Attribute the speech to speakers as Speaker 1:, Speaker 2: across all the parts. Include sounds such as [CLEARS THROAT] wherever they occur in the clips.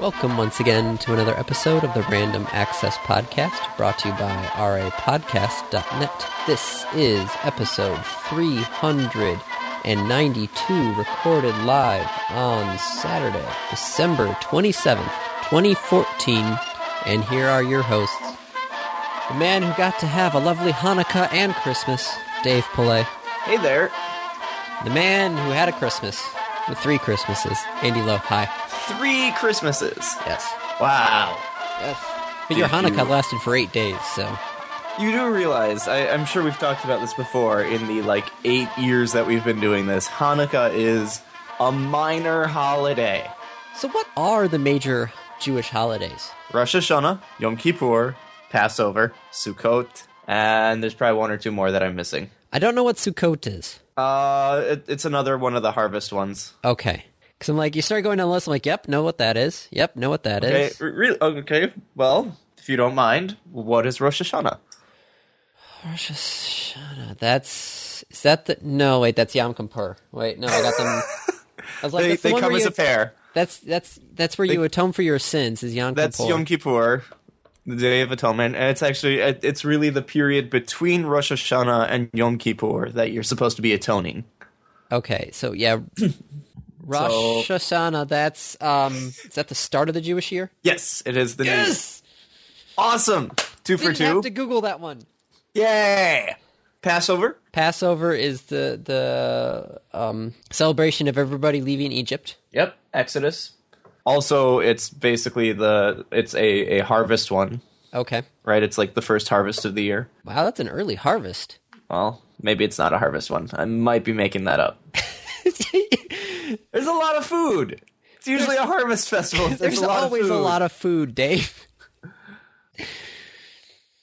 Speaker 1: Welcome once again to another episode of the Random Access Podcast, brought to you by rapodcast.net. This is episode 392, recorded live on Saturday, December 27th, 2014. And here are your hosts the man who got to have a lovely Hanukkah and Christmas, Dave Pillay.
Speaker 2: Hey there.
Speaker 1: The man who had a Christmas, with three Christmases, Andy Lowe. Hi.
Speaker 2: Three Christmases.
Speaker 1: Yes.
Speaker 2: Wow.
Speaker 1: Yes. But your
Speaker 2: Did you-
Speaker 1: Hanukkah lasted for eight days, so.
Speaker 2: You do realize, I, I'm sure we've talked about this before in the like eight years that we've been doing this, Hanukkah is a minor holiday.
Speaker 1: So, what are the major Jewish holidays?
Speaker 2: Rosh Hashanah, Yom Kippur, Passover, Sukkot, and there's probably one or two more that I'm missing.
Speaker 1: I don't know what Sukkot is.
Speaker 2: Uh, it, it's another one of the harvest ones.
Speaker 1: Okay. Because I'm like, you start going down the list, I'm like, yep, know what that is. Yep, know what that is.
Speaker 2: Okay, re- re- okay, well, if you don't mind, what is Rosh Hashanah?
Speaker 1: Rosh Hashanah. That's. Is that the. No, wait, that's Yom Kippur. Wait, no, I got
Speaker 2: [LAUGHS]
Speaker 1: them. I was like,
Speaker 2: They,
Speaker 1: that's the
Speaker 2: they
Speaker 1: one
Speaker 2: come
Speaker 1: where
Speaker 2: as
Speaker 1: you,
Speaker 2: a pair.
Speaker 1: That's, that's, that's where you atone for your sins, is Yom
Speaker 2: That's
Speaker 1: Kippur.
Speaker 2: Yom Kippur, the Day of Atonement, and it's actually it- it's really the period between Rosh Hashanah and Yom Kippur that you're supposed to be atoning.
Speaker 1: Okay, so
Speaker 2: [CLEARS THROAT]
Speaker 1: yeah. Rosh Hashanah, that's. um, Is that the start of the Jewish year?
Speaker 2: Yes, it is the new
Speaker 1: Yes!
Speaker 2: awesome two for
Speaker 1: Didn't
Speaker 2: two.
Speaker 1: have to Google that one.
Speaker 2: Yay! Passover.
Speaker 1: Passover is the the um, celebration of everybody leaving Egypt.
Speaker 2: Yep. Exodus. Also, it's basically the it's a a harvest one,
Speaker 1: Okay.
Speaker 2: right? It's like the first harvest of the year.
Speaker 1: Wow, that's an early harvest.
Speaker 2: Well, maybe it's not a harvest one. I might be making that
Speaker 1: [LAUGHS]
Speaker 2: up. There's a lot of food. It's usually a harvest festival. There's,
Speaker 1: There's
Speaker 2: a lot
Speaker 1: always
Speaker 2: of food.
Speaker 1: a lot of food, Dave. [LAUGHS]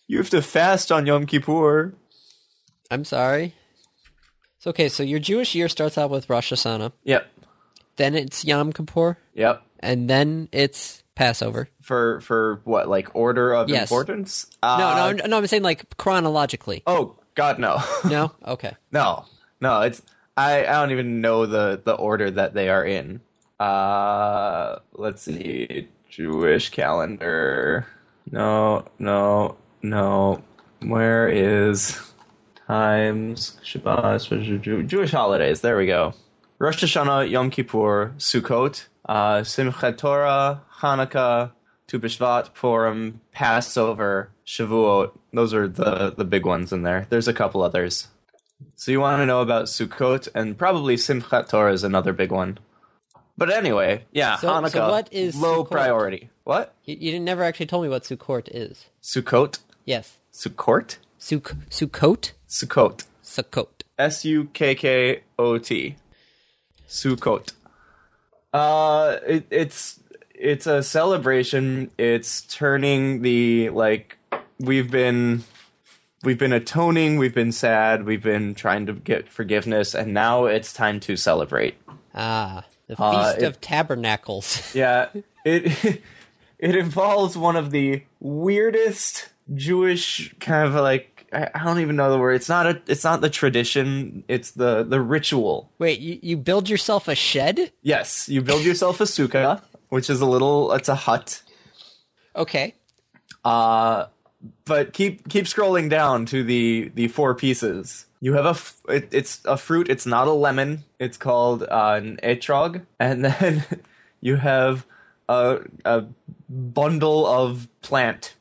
Speaker 2: You have to fast on Yom Kippur.
Speaker 1: I'm sorry. It's okay. So your Jewish year starts out with Rosh Hashanah,
Speaker 2: Yep.
Speaker 1: then it's Yom Kippur,
Speaker 2: Yep.
Speaker 1: and then it's Passover.
Speaker 2: For for what like order of
Speaker 1: Yes.
Speaker 2: importance? Uh,
Speaker 1: No, no, I'm- no. I'm saying like chronologically.
Speaker 2: Oh God, no, [LAUGHS]
Speaker 1: No, okay.
Speaker 2: no, no. It's I I don't even know the the order that they are in. Uh, let's see, Jewish calendar. No, no, no. Where is times Shabbat? Jew- Jewish holidays. There we go. Rosh Hashanah, Yom Kippur, Sukkot, uh, Simchat Torah, Hanukkah, Tu B'Shvat, Purim, Passover, Shavuot. Those are the, the big ones in there. There's a couple others. So you want to know about Sukkot, and probably Simchat Torah is another big one. But anyway, yeah,
Speaker 1: So- so
Speaker 2: Hanukkah,
Speaker 1: what is
Speaker 2: low
Speaker 1: Sukkot?
Speaker 2: priority. What?
Speaker 1: You, you didn't- never actually told me what Sukkot is.
Speaker 2: Sukkot?
Speaker 1: Yes,
Speaker 2: Sukkot?
Speaker 1: Suk Sukkot,
Speaker 2: Sukkot.
Speaker 1: Sukkot.
Speaker 2: S U K K O T. Sukkot. Uh, it, it's it's a celebration. It's turning the like we've been we've been atoning, we've been sad, we've been trying to get forgiveness, and now it's time to celebrate.
Speaker 1: Ah, the Feast
Speaker 2: Uh, it-
Speaker 1: of Tabernacles. [LAUGHS]
Speaker 2: Yeah, it [LAUGHS] it involves one of the weirdest Jewish kind of like I I don't even know the word. It's not a it's not the tradition. It's the the ritual.
Speaker 1: Wait, you, you build yourself a shed?
Speaker 2: Yes, you build yourself a sukkah, which is a little it's a hut.
Speaker 1: Okay.
Speaker 2: But keep keep scrolling down to the the four pieces. You have a f- it, it's a fruit. It's not a lemon. It's called uh, an etrog, and [LAUGHS] then you have a a bundle of plant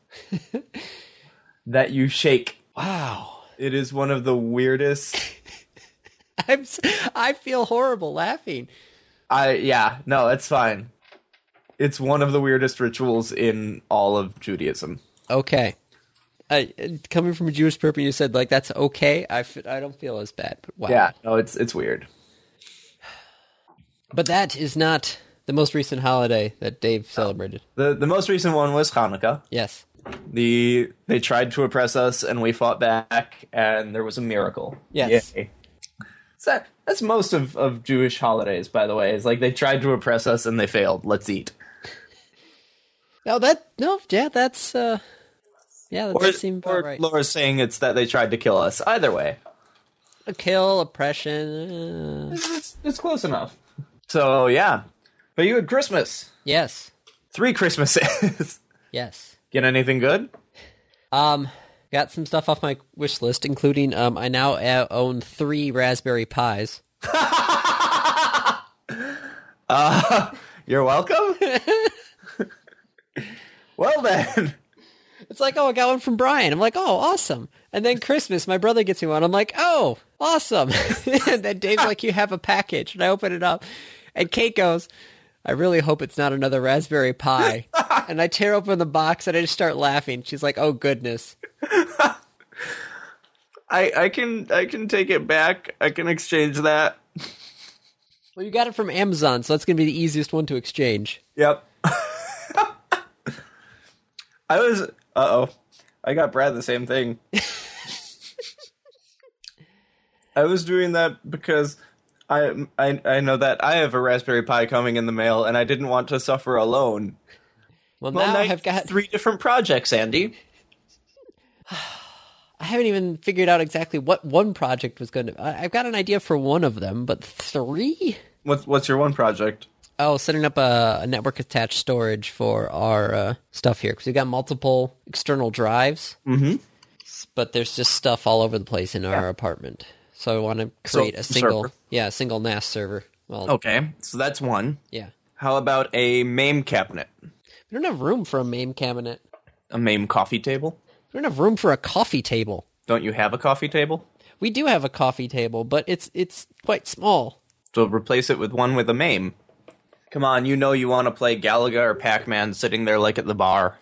Speaker 2: that you shake.
Speaker 1: Wow.
Speaker 2: It is one of the weirdest.
Speaker 1: [LAUGHS] I'm s- I feel horrible laughing.
Speaker 2: I yeah no, it's fine. It's one of the weirdest rituals in all of Judaism.
Speaker 1: Okay. I, coming from a Jewish person, you said like that's okay. I, f- I don't feel as bad. But wow.
Speaker 2: Yeah, no, it's it's weird.
Speaker 1: But that is not the most recent holiday that Dave
Speaker 2: Oh.
Speaker 1: celebrated.
Speaker 2: The the most recent one was Hanukkah.
Speaker 1: Yes.
Speaker 2: The they tried to oppress us and we fought back and there was a miracle.
Speaker 1: Yes.
Speaker 2: Yay. So that, that's most of, of Jewish holidays, by the way. It's like they tried to oppress us and they failed. Let's eat.
Speaker 1: No, that no. Yeah, that's uh. Yeah, that
Speaker 2: Or,
Speaker 1: seemed
Speaker 2: or
Speaker 1: about right.
Speaker 2: Laura's saying it's that they tried to kill us. Either way,
Speaker 1: Kill oppression. uh,
Speaker 2: it's, it's close enough. So yeah, but you had Christmas.
Speaker 1: yes.
Speaker 2: Three Christmases. [LAUGHS]
Speaker 1: Yes.
Speaker 2: Get anything good?
Speaker 1: Um, got some stuff off my wish list, including um, I now uh, own three Raspberry Pis.
Speaker 2: Uh,
Speaker 1: [LAUGHS]
Speaker 2: you're welcome. well then,
Speaker 1: It's like, oh, I got one from Brian. I'm like, oh, awesome. And then Christmas, my brother gets me one. I'm like, oh, awesome. [LAUGHS] and then Dave's like, you have a package. And I open it up. And Kate goes, I really hope it's not another Raspberry Pi. and I tear open the box and I just start laughing. She's like, oh, goodness.
Speaker 2: I I can I can take it back. I can exchange that.
Speaker 1: Well, you got it from Amazon, so that's going to be the easiest one to exchange.
Speaker 2: Yep. [LAUGHS] I was. Uh oh. I got Brad the same [LAUGHS] thing. I was doing that because I, I I know that I have a Raspberry Pi coming in the mail, and I didn't want to suffer alone.
Speaker 1: Well,
Speaker 2: Well,
Speaker 1: now
Speaker 2: now
Speaker 1: I've got
Speaker 2: three different projects, Andy.
Speaker 1: I haven't even figured out exactly what one project was going to. I- I've got an idea for one of them, but three?
Speaker 2: What's what's your one project?
Speaker 1: Oh, setting up a, a network attached storage for our uh, stuff here because we've got multiple external drives. Mm-hmm. But there's just stuff all over the place in our apartment, so Oh. I want to create a single,
Speaker 2: server.
Speaker 1: yeah, a single NAS server. Well,
Speaker 2: Okay, so that's one.
Speaker 1: yeah,
Speaker 2: How about a MAME cabinet,
Speaker 1: we don't have room for a MAME cabinet.
Speaker 2: a MAME coffee table?
Speaker 1: We don't have room for a coffee table.
Speaker 2: Don't you have a coffee table?
Speaker 1: We do have a coffee table, but it's it's quite small.
Speaker 2: So replace it with one with a MAME. Come on, you know you want to play Galaga or Pac-Man sitting there like at the bar.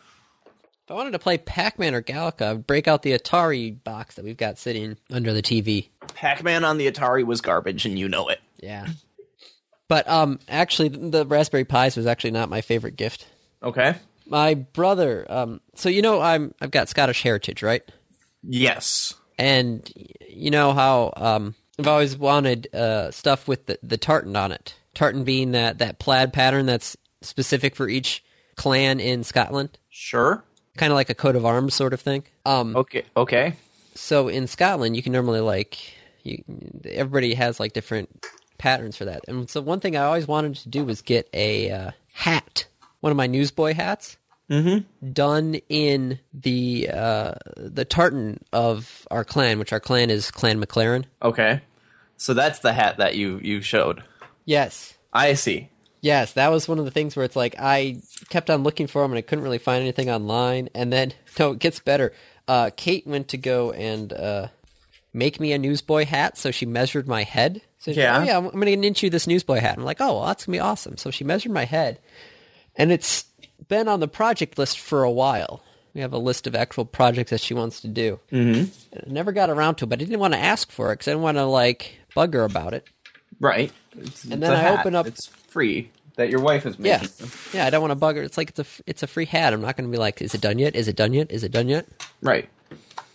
Speaker 1: If I wanted to play Pac-Man or Galaga, I'd break out the Atari box that we've got sitting under the TV.
Speaker 2: Pac-Man on the Atari was garbage, and you know it.
Speaker 1: Yeah. But um, actually, the Raspberry Pis was actually not my favorite gift.
Speaker 2: Okay.
Speaker 1: My brother, um, so you know, I'm I've got Scottish heritage, right?
Speaker 2: Yes.
Speaker 1: And y- you know how um, I've always wanted uh, stuff with the, the tartan on it. Tartan being that that plaid pattern that's specific for each clan in Scotland,
Speaker 2: Sure.
Speaker 1: kind of like a coat of arms sort of thing. Um,
Speaker 2: Okay. Okay.
Speaker 1: so in Scotland, you can normally like you, everybody has like different patterns for that. And so one thing I always wanted to do was get a uh, hat, one of my newsboy hats, mm-hmm. done in the uh, the tartan of our clan, which our clan is Clan McLaren.
Speaker 2: Okay. So that's the hat that you you showed.
Speaker 1: Yes.
Speaker 2: I see.
Speaker 1: Yes, that was one of the things where it's like I kept on looking for them and I couldn't really find anything online. And then [LAUGHS] no, it gets better. Uh, Kate went to go and uh, make me a newsboy hat, so she measured my head. So she's like,
Speaker 2: Yeah.
Speaker 1: oh, yeah, I'm, I'm going to knit you this newsboy hat. I'm like, oh, well, that's gonna be awesome. So she measured my head, and it's been on the project list for a while. We have a list of actual projects that she wants to do. Mm-hmm. And I never got around to it, but I didn't want to ask for it because I didn't want to like bug her about it.
Speaker 2: Right. It's,
Speaker 1: And
Speaker 2: it's
Speaker 1: then
Speaker 2: a
Speaker 1: I
Speaker 2: hat.
Speaker 1: open up-
Speaker 2: It's free that your wife is
Speaker 1: Yeah,
Speaker 2: making.
Speaker 1: yeah. I don't want to bug her. It's like it's a it's a free hat. I'm not going to be like, is it done yet? Is it done yet? Is it done yet?
Speaker 2: Right.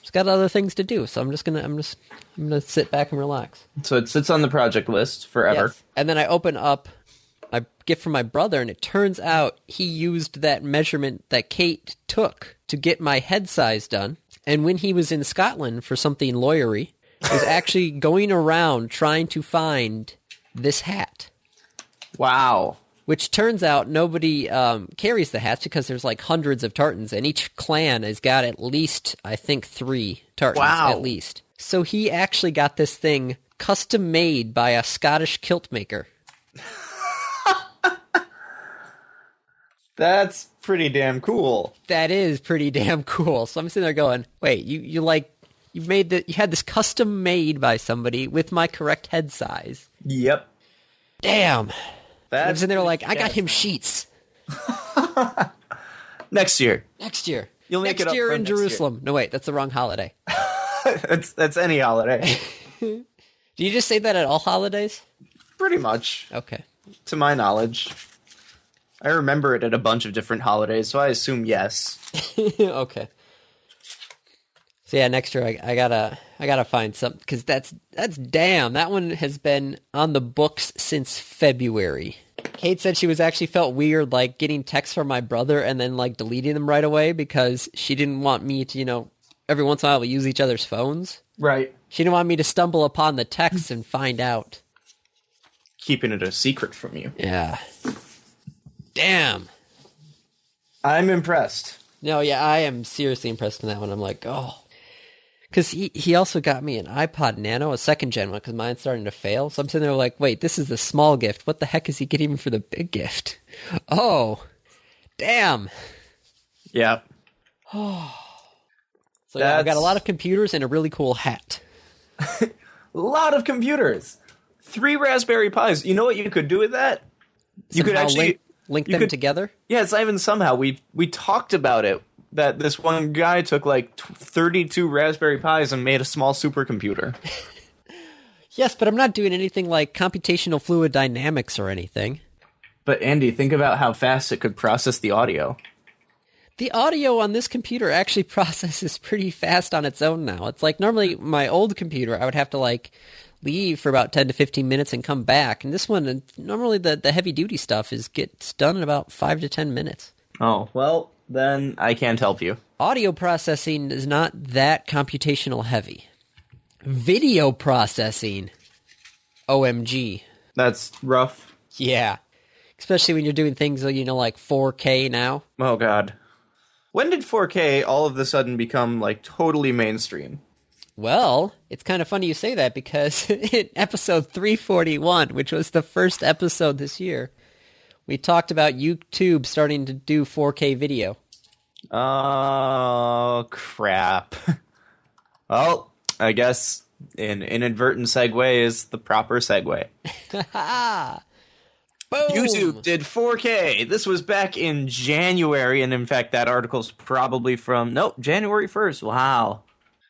Speaker 1: She's got other things to do, so I'm just gonna I'm just I'm gonna sit back and relax.
Speaker 2: So it sits on the project list forever.
Speaker 1: Yes. And then I open up my gift from my brother, and it turns out he used that measurement that Kate took to get my head size done. And when he was in Scotland for something lawyery, was actually going around trying to find this hat.
Speaker 2: Wow.
Speaker 1: which turns out nobody um, carries the hats because there's like hundreds of tartans, and each clan has got at least, I think, three tartans
Speaker 2: Wow.
Speaker 1: at least. So he actually got this thing custom made by a Scottish kilt maker.
Speaker 2: That's pretty damn cool.
Speaker 1: That is pretty [LAUGHS] damn cool. So I'm sitting there going, "Wait, you you like you made the you had this custom made by somebody with my correct head size?
Speaker 2: Yep.
Speaker 1: Damn!" I'm
Speaker 2: That's
Speaker 1: sitting there like, "I got him sheets
Speaker 2: next year. [LAUGHS]
Speaker 1: next year."
Speaker 2: You'll make
Speaker 1: next
Speaker 2: it up
Speaker 1: year
Speaker 2: for
Speaker 1: in
Speaker 2: next year.
Speaker 1: Jerusalem. No, wait, that's the wrong holiday.
Speaker 2: that's that's any holiday.
Speaker 1: Do you just say that at all holidays?
Speaker 2: Pretty much,
Speaker 1: Okay.
Speaker 2: to my knowledge. I remember it at a bunch of different holidays, so I assume yes.
Speaker 1: [LAUGHS] okay. So yeah, next year I, I gotta I gotta find something because that's that's damn that one has been on the books since February. Kate said she was actually felt weird like getting texts from my brother and then like deleting them right away because she didn't want me to you know every once in a while we use each other's phones.
Speaker 2: Right.
Speaker 1: She didn't want me to stumble upon the texts and find out.
Speaker 2: Keeping it a secret from you.
Speaker 1: Yeah. Damn.
Speaker 2: I'm impressed.
Speaker 1: No, yeah, I am seriously impressed in that one. I'm like, oh, because he he also got me an iPod Nano, a second gen one, because mine's starting to fail. So I'm sitting there like, wait, this is the small gift. What the heck is he getting me for the big gift? Oh, damn.
Speaker 2: Yeah.
Speaker 1: So yeah, I've got a
Speaker 2: That's-
Speaker 1: lot of computers and a really cool hat.
Speaker 2: A lot of computers. Three Raspberry Pis. You know what you could do with that? you could
Speaker 1: Somehow
Speaker 2: actually
Speaker 1: link, link
Speaker 2: you
Speaker 1: them
Speaker 2: could-
Speaker 1: together.
Speaker 2: Yeah, it's not even somehow. We we talked about it that this one guy took like t- 32 Raspberry Pis and made a small supercomputer.
Speaker 1: Yes, but I'm not doing anything like computational fluid dynamics or anything.
Speaker 2: But Andy, think about how fast it could process the audio.
Speaker 1: The audio on this computer actually [LAUGHS] processes pretty fast on its own now. It's like normally my old computer, I would have to like leave for about 10 to 15 minutes and come back. And this one, uh, normally the, the heavy duty stuff is gets done in about 5 to 10 minutes.
Speaker 2: Oh, well, then I can't help you.
Speaker 1: Audio processing is not that computational heavy. Video processing, OMG.
Speaker 2: That's rough.
Speaker 1: Yeah. Especially when you're doing things, you know, like 4K now.
Speaker 2: Oh god. When did 4K all of a sudden become like totally mainstream?
Speaker 1: Well, it's kind of funny you say that because [LAUGHS] in episode 341, which was the first episode this year, we talked about YouTube starting to do 4K video.
Speaker 2: Oh crap. [LAUGHS] well, I guess an inadvertent segue is the proper segue.
Speaker 1: Boom!
Speaker 2: YouTube did 4K. This was back in January, and in fact, that article's probably from nope January 1st. Wow.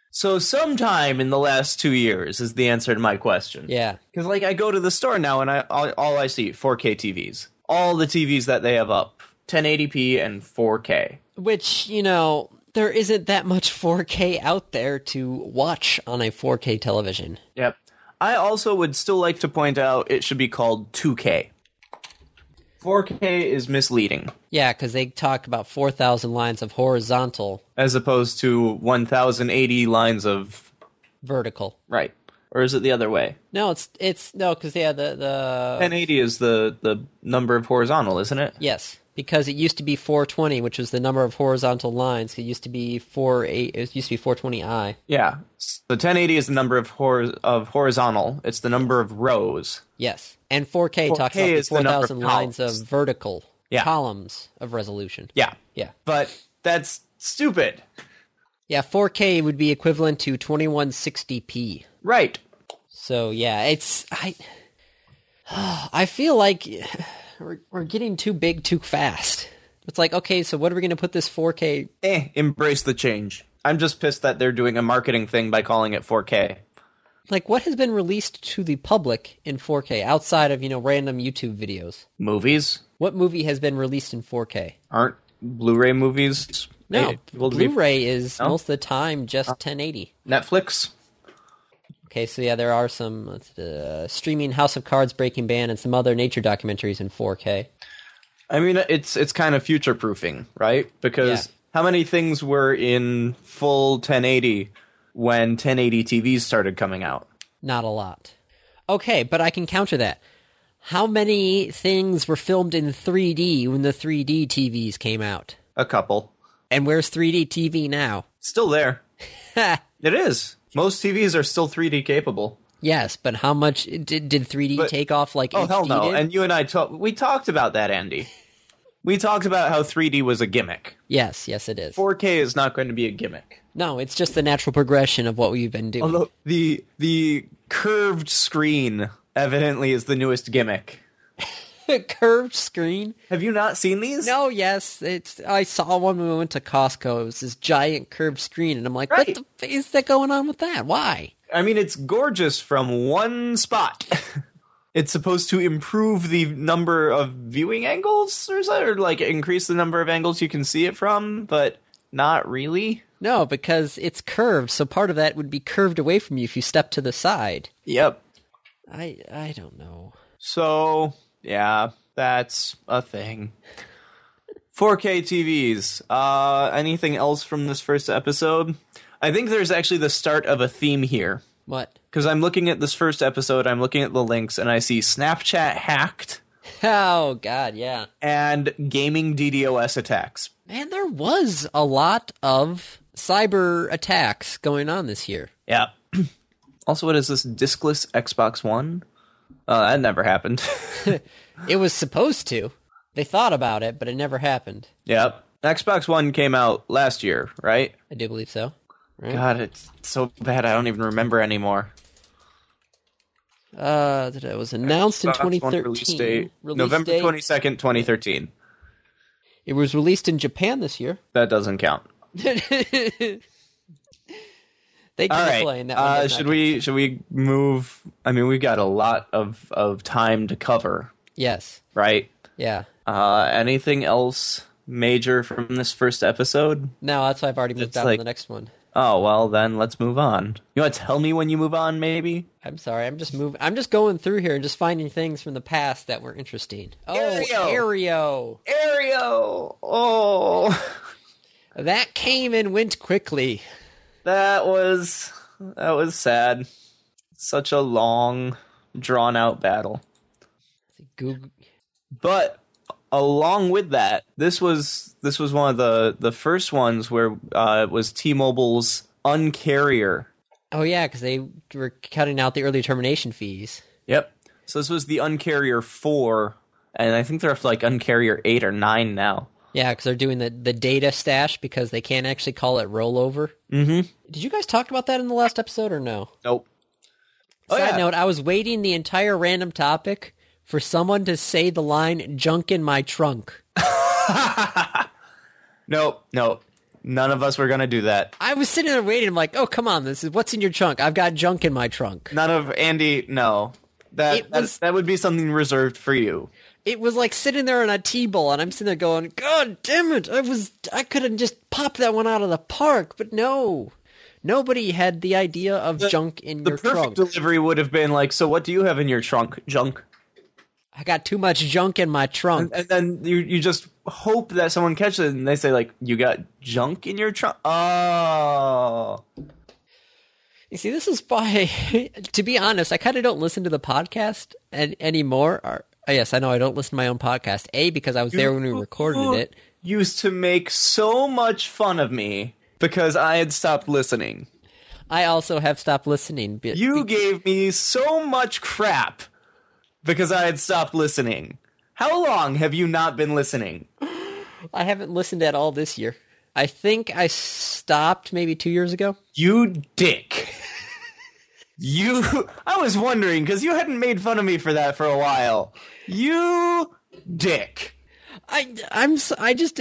Speaker 2: So sometime in the last two years is the answer to my question.
Speaker 1: Yeah.
Speaker 2: Because like I go to the store now, and I all, all I see 4K TVs. All the TVs that they have up 1080p and 4K.
Speaker 1: Which, you know, there isn't that much 4K out there to watch on a 4K television.
Speaker 2: Yep. I also would still like to point out it should be called 2K. 4K is misleading.
Speaker 1: Yeah, because they talk about 4,000 lines of horizontal,
Speaker 2: As opposed to 1080 lines of
Speaker 1: vertical.
Speaker 2: Right. Or is it the other way?
Speaker 1: No, it's, it's, no, because, yeah, the, the,
Speaker 2: 1080 is the, the number of horizontal, isn't it?
Speaker 1: Yes, because it used to be 420, which was the number of horizontal lines. It used to be 48. It used to be 420i.
Speaker 2: Yeah. So 1080 is the number of hor- of horizontal. It's the number of rows.
Speaker 1: Yes, and 4K,
Speaker 2: 4K
Speaker 1: talks about the
Speaker 2: is the number of
Speaker 1: 4,000 lines of
Speaker 2: columns.
Speaker 1: vertical
Speaker 2: Yeah.
Speaker 1: columns of resolution.
Speaker 2: Yeah.
Speaker 1: yeah,
Speaker 2: But that's stupid.
Speaker 1: yeah. 4K would be equivalent to 2160p.
Speaker 2: Right.
Speaker 1: So yeah, it's I. [SIGHS] I feel like [SIGHS] we're, we're getting too big too fast. It's like okay, so what are we going to put this 4K?
Speaker 2: Eh, embrace the change. I'm just pissed that they're doing a marketing thing by calling it 4K.
Speaker 1: Like what has been released to the public in 4K outside of you know random YouTube videos?
Speaker 2: Movies
Speaker 1: What movie has been released in 4K?
Speaker 2: aren't Blu-ray movies.
Speaker 1: No,
Speaker 2: eh, able to be- Oh.
Speaker 1: Blu-ray is most of the time just 1080.
Speaker 2: Netflix.
Speaker 1: Okay, so yeah, there are some uh, streaming House of Cards, Breaking Bad, and some other nature documentaries in 4K.
Speaker 2: I mean, it's it's kind of future proofing, right? Because
Speaker 1: Yeah.
Speaker 2: how many things were in full 1080 when 1080 TVs started coming out?
Speaker 1: Not a lot. Okay, but I can counter that. How many things were filmed in 3D when the 3D TVs came out?
Speaker 2: A couple,
Speaker 1: And where's 3D TV now? [LAUGHS]
Speaker 2: still there. It is. Most TVs are still 3D capable.
Speaker 1: yes, but how much did, did 3D
Speaker 2: But-
Speaker 1: take off like
Speaker 2: Oh
Speaker 1: HD
Speaker 2: hell no!
Speaker 1: did?
Speaker 2: And you and I talked. We talked about that, Andy. We talked about how 3D was a gimmick.
Speaker 1: yes, yes it is.
Speaker 2: 4K is not going to be a gimmick.
Speaker 1: no, it's just the natural progression of what we've been doing.
Speaker 2: Although the the curved screen evidently is the newest gimmick.
Speaker 1: [LAUGHS] curved screen.
Speaker 2: Have you not seen these?
Speaker 1: No, yes, it's. I saw one when we went to Costco. It was this giant curved screen, and I'm like,
Speaker 2: Right.
Speaker 1: what the f- is that going on with that? Why?
Speaker 2: I mean, it's gorgeous from one spot. [LAUGHS] it's supposed to improve the number of viewing angles or, so, or like increase the number of angles you can see it from, but not really.
Speaker 1: No, because it's curved, so part of that would be curved away from you if you step to the side.
Speaker 2: Yep.
Speaker 1: I I don't know.
Speaker 2: So, yeah, that's a thing. 4K TVs. Uh, anything else from this first episode? I think there's actually the start of a theme here.
Speaker 1: What?
Speaker 2: Because I'm looking at this first episode, I'm looking at the links, and I see Snapchat hacked,
Speaker 1: Oh God, yeah.
Speaker 2: and gaming DDoS attacks.
Speaker 1: Man, there was a lot of cyber attacks going on this year.
Speaker 2: Yeah. [CLEARS THROAT] also, what is this diskless Xbox One? Uh, that never happened. [LAUGHS]
Speaker 1: It was supposed to. They thought about it, but it never happened.
Speaker 2: yep. Xbox One came out last year, right?
Speaker 1: I do believe so.
Speaker 2: God, it's so bad I don't even remember anymore.
Speaker 1: Uh, that it was announced in
Speaker 2: Xbox One
Speaker 1: 2013.
Speaker 2: release date,
Speaker 1: Release
Speaker 2: November
Speaker 1: date.
Speaker 2: twenty second, twenty thirteen.
Speaker 1: It was released in Japan this year.
Speaker 2: That doesn't count.
Speaker 1: they can
Speaker 2: All right.
Speaker 1: explain that. one
Speaker 2: uh,
Speaker 1: does not
Speaker 2: should
Speaker 1: count.
Speaker 2: we should we move? I mean, we got a lot of of time to cover,
Speaker 1: Yes.
Speaker 2: right?
Speaker 1: Yeah.
Speaker 2: Uh, anything else major from this first episode?
Speaker 1: No, that's why I've already moved
Speaker 2: It's
Speaker 1: on
Speaker 2: like-
Speaker 1: to the next one.
Speaker 2: Oh well, then let's move on. You want to tell me when you move on, maybe?
Speaker 1: I'm sorry. I'm just moving. I'm just going through here and just finding things from the past that were interesting. Oh, Aereo.
Speaker 2: Aereo. Ariel. Oh,
Speaker 1: That came and went quickly.
Speaker 2: that was that was sad. Such a long, drawn out battle.
Speaker 1: Google.
Speaker 2: But along with that, this was this was one of the the first ones where uh, it was T-Mobile's uncarrier.
Speaker 1: Oh yeah, because they were cutting out the early termination fees.
Speaker 2: Yep. So this was the uncarrier four, and I think they're up to like uncarrier eight or nine now.
Speaker 1: Yeah, because they're doing the, the data stash because they can't actually call it rollover.
Speaker 2: Mm-hmm.
Speaker 1: Did you guys talk about that in the last episode or no?
Speaker 2: Nope. Oh,
Speaker 1: Side
Speaker 2: yeah.
Speaker 1: note, I was waiting the entire random topic for someone to say the line junk in my trunk.
Speaker 2: Nope. Nope. None of us were gonna do that.
Speaker 1: I was sitting there waiting, I'm like, oh come on, this is what's in your trunk? I've got junk in my trunk.
Speaker 2: None of Andy. No. That,
Speaker 1: It was-
Speaker 2: that that would be something reserved for you.
Speaker 1: It was like sitting there on a T bowl and I'm sitting there going, God damn it, I was I could have just popped that one out of the park, but no. Nobody had the idea of junk in
Speaker 2: The
Speaker 1: your
Speaker 2: perfect
Speaker 1: trunk.
Speaker 2: delivery would have been like, "So what do you have in your trunk, junk?"
Speaker 1: I got too much junk in my trunk.
Speaker 2: And then you you just hope that someone catches it and they say like, "You got junk in your trunk." Oh,
Speaker 1: You see, this is why, [LAUGHS] to be honest, I kind of don't listen to the podcast an- anymore. Or, oh, yes, I know I don't listen to my own podcast. A, because I was there when we recorded it.
Speaker 2: used to make so much fun of me because I had stopped listening.
Speaker 1: I also have stopped listening. Be-
Speaker 2: You gave me so much crap because I had stopped listening. How long have you not been listening?
Speaker 1: I haven't listened at all this year. I think I stopped maybe two years ago.
Speaker 2: You
Speaker 1: [LAUGHS]
Speaker 2: dick. you. I was wondering because you hadn't made fun of me for that for a while. You dick.
Speaker 1: I, I'm, s- I just,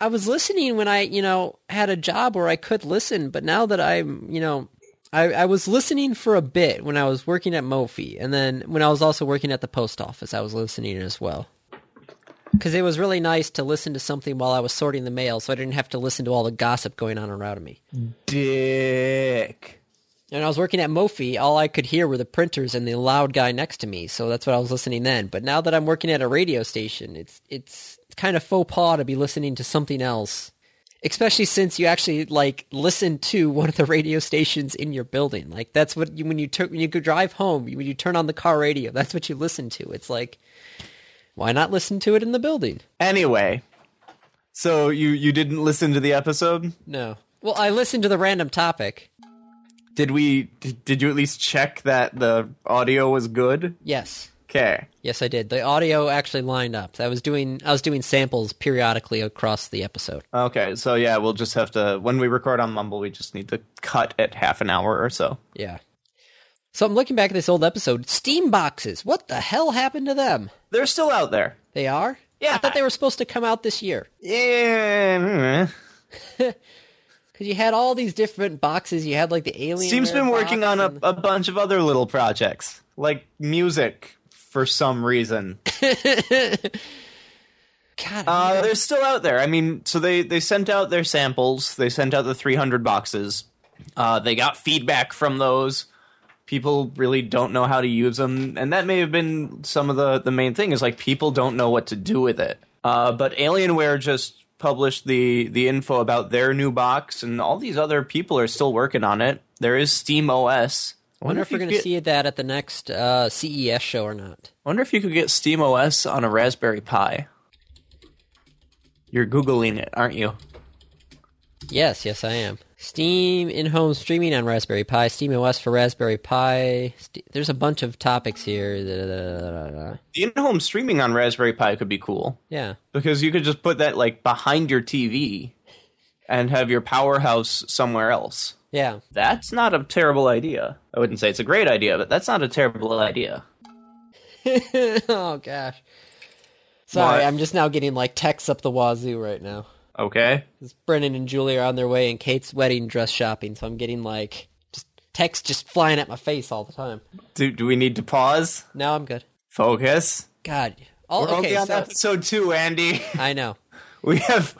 Speaker 1: I was listening when I, you know, had a job where I could listen, but now that I'm, you know, I, I was listening for a bit when I was working at Mophie, and then when I was also working at the post office, I was listening as well. Because it was really nice to listen to something while I was sorting the mail, so I didn't have to listen to all the gossip going on around me.
Speaker 2: Dick.
Speaker 1: And I was working at Mophie, all I could hear were the printers and the loud guy next to me, so that's what I was listening then. But now that I'm working at a radio station, it's it's it's kind of faux pas to be listening to something else. Especially since you actually like listen to [LAUGHS] one of the radio stations in your building. Like that's what you when you tur- when you go drive home, you- when you turn on the car radio, that's what you listen to. It's like why not listen to it in the building?
Speaker 2: Anyway, so you you didn't listen to the episode?
Speaker 1: No. Well, I listened to the random topic.
Speaker 2: Did we? d- Did you at least check that the audio was good?
Speaker 1: Yes.
Speaker 2: Okay.
Speaker 1: Yes, I did. The audio actually lined up. I was doing I was doing samples periodically across the episode.
Speaker 2: Okay. So yeah, we'll just have to when we record on Mumble, we just need to cut at half an hour or so.
Speaker 1: Yeah. So I'm looking back at this old episode. Steam boxes. What the hell happened to them?
Speaker 2: They're still out there.
Speaker 1: They are?
Speaker 2: Yeah.
Speaker 1: I thought they were supposed to come out this year.
Speaker 2: Yeah.
Speaker 1: Because you had all these different boxes. You had like the alien.
Speaker 2: Steam's been working on a, a bunch of other little projects, like music for some reason.
Speaker 1: God,
Speaker 2: Uh, they're still out there. I mean, so they, they sent out their samples, they sent out the 300 boxes. Uh, they got feedback from those. People really don't know how to use them. And that may have been some of the, the main thing is like people don't know what to do with it. Uh, but Alienware just published the, the info about their new box, and all these other people are still working on it. There is Steam OS,
Speaker 1: wonder if
Speaker 2: you
Speaker 1: we're going
Speaker 2: could
Speaker 1: to
Speaker 2: get-
Speaker 1: see that at the next uh, CES show or not.
Speaker 2: Wonder if you could get Steam OS on a Raspberry Pi. You're googling it, aren't you?
Speaker 1: Yes, yes, I am. Steam in home streaming on Raspberry Pi, Steam OS for Raspberry Pi. St- There's a bunch of topics here. da, da, da, da, da, da.
Speaker 2: The in-home streaming on Raspberry Pi could be cool
Speaker 1: Yeah.
Speaker 2: because you could just put that like behind your TV and have your powerhouse somewhere else.
Speaker 1: Yeah. [LAUGHS]
Speaker 2: That's not a terrible idea. I wouldn't say it's a great idea, but that's not a terrible idea.
Speaker 1: oh, gosh. Sorry,
Speaker 2: What?
Speaker 1: I'm just now getting like texts up the wazoo right now.
Speaker 2: Okay.
Speaker 1: 'Cause Brennan and Julie are on their way in Kate's wedding dress shopping, so I'm getting like just texts just flying at my face all the time.
Speaker 2: Do do we need to pause?
Speaker 1: Now I'm good.
Speaker 2: Focus.
Speaker 1: God. Oh,
Speaker 2: We're
Speaker 1: okay.
Speaker 2: only on
Speaker 1: so-
Speaker 2: episode two, Andy. [LAUGHS]
Speaker 1: I know.
Speaker 2: We have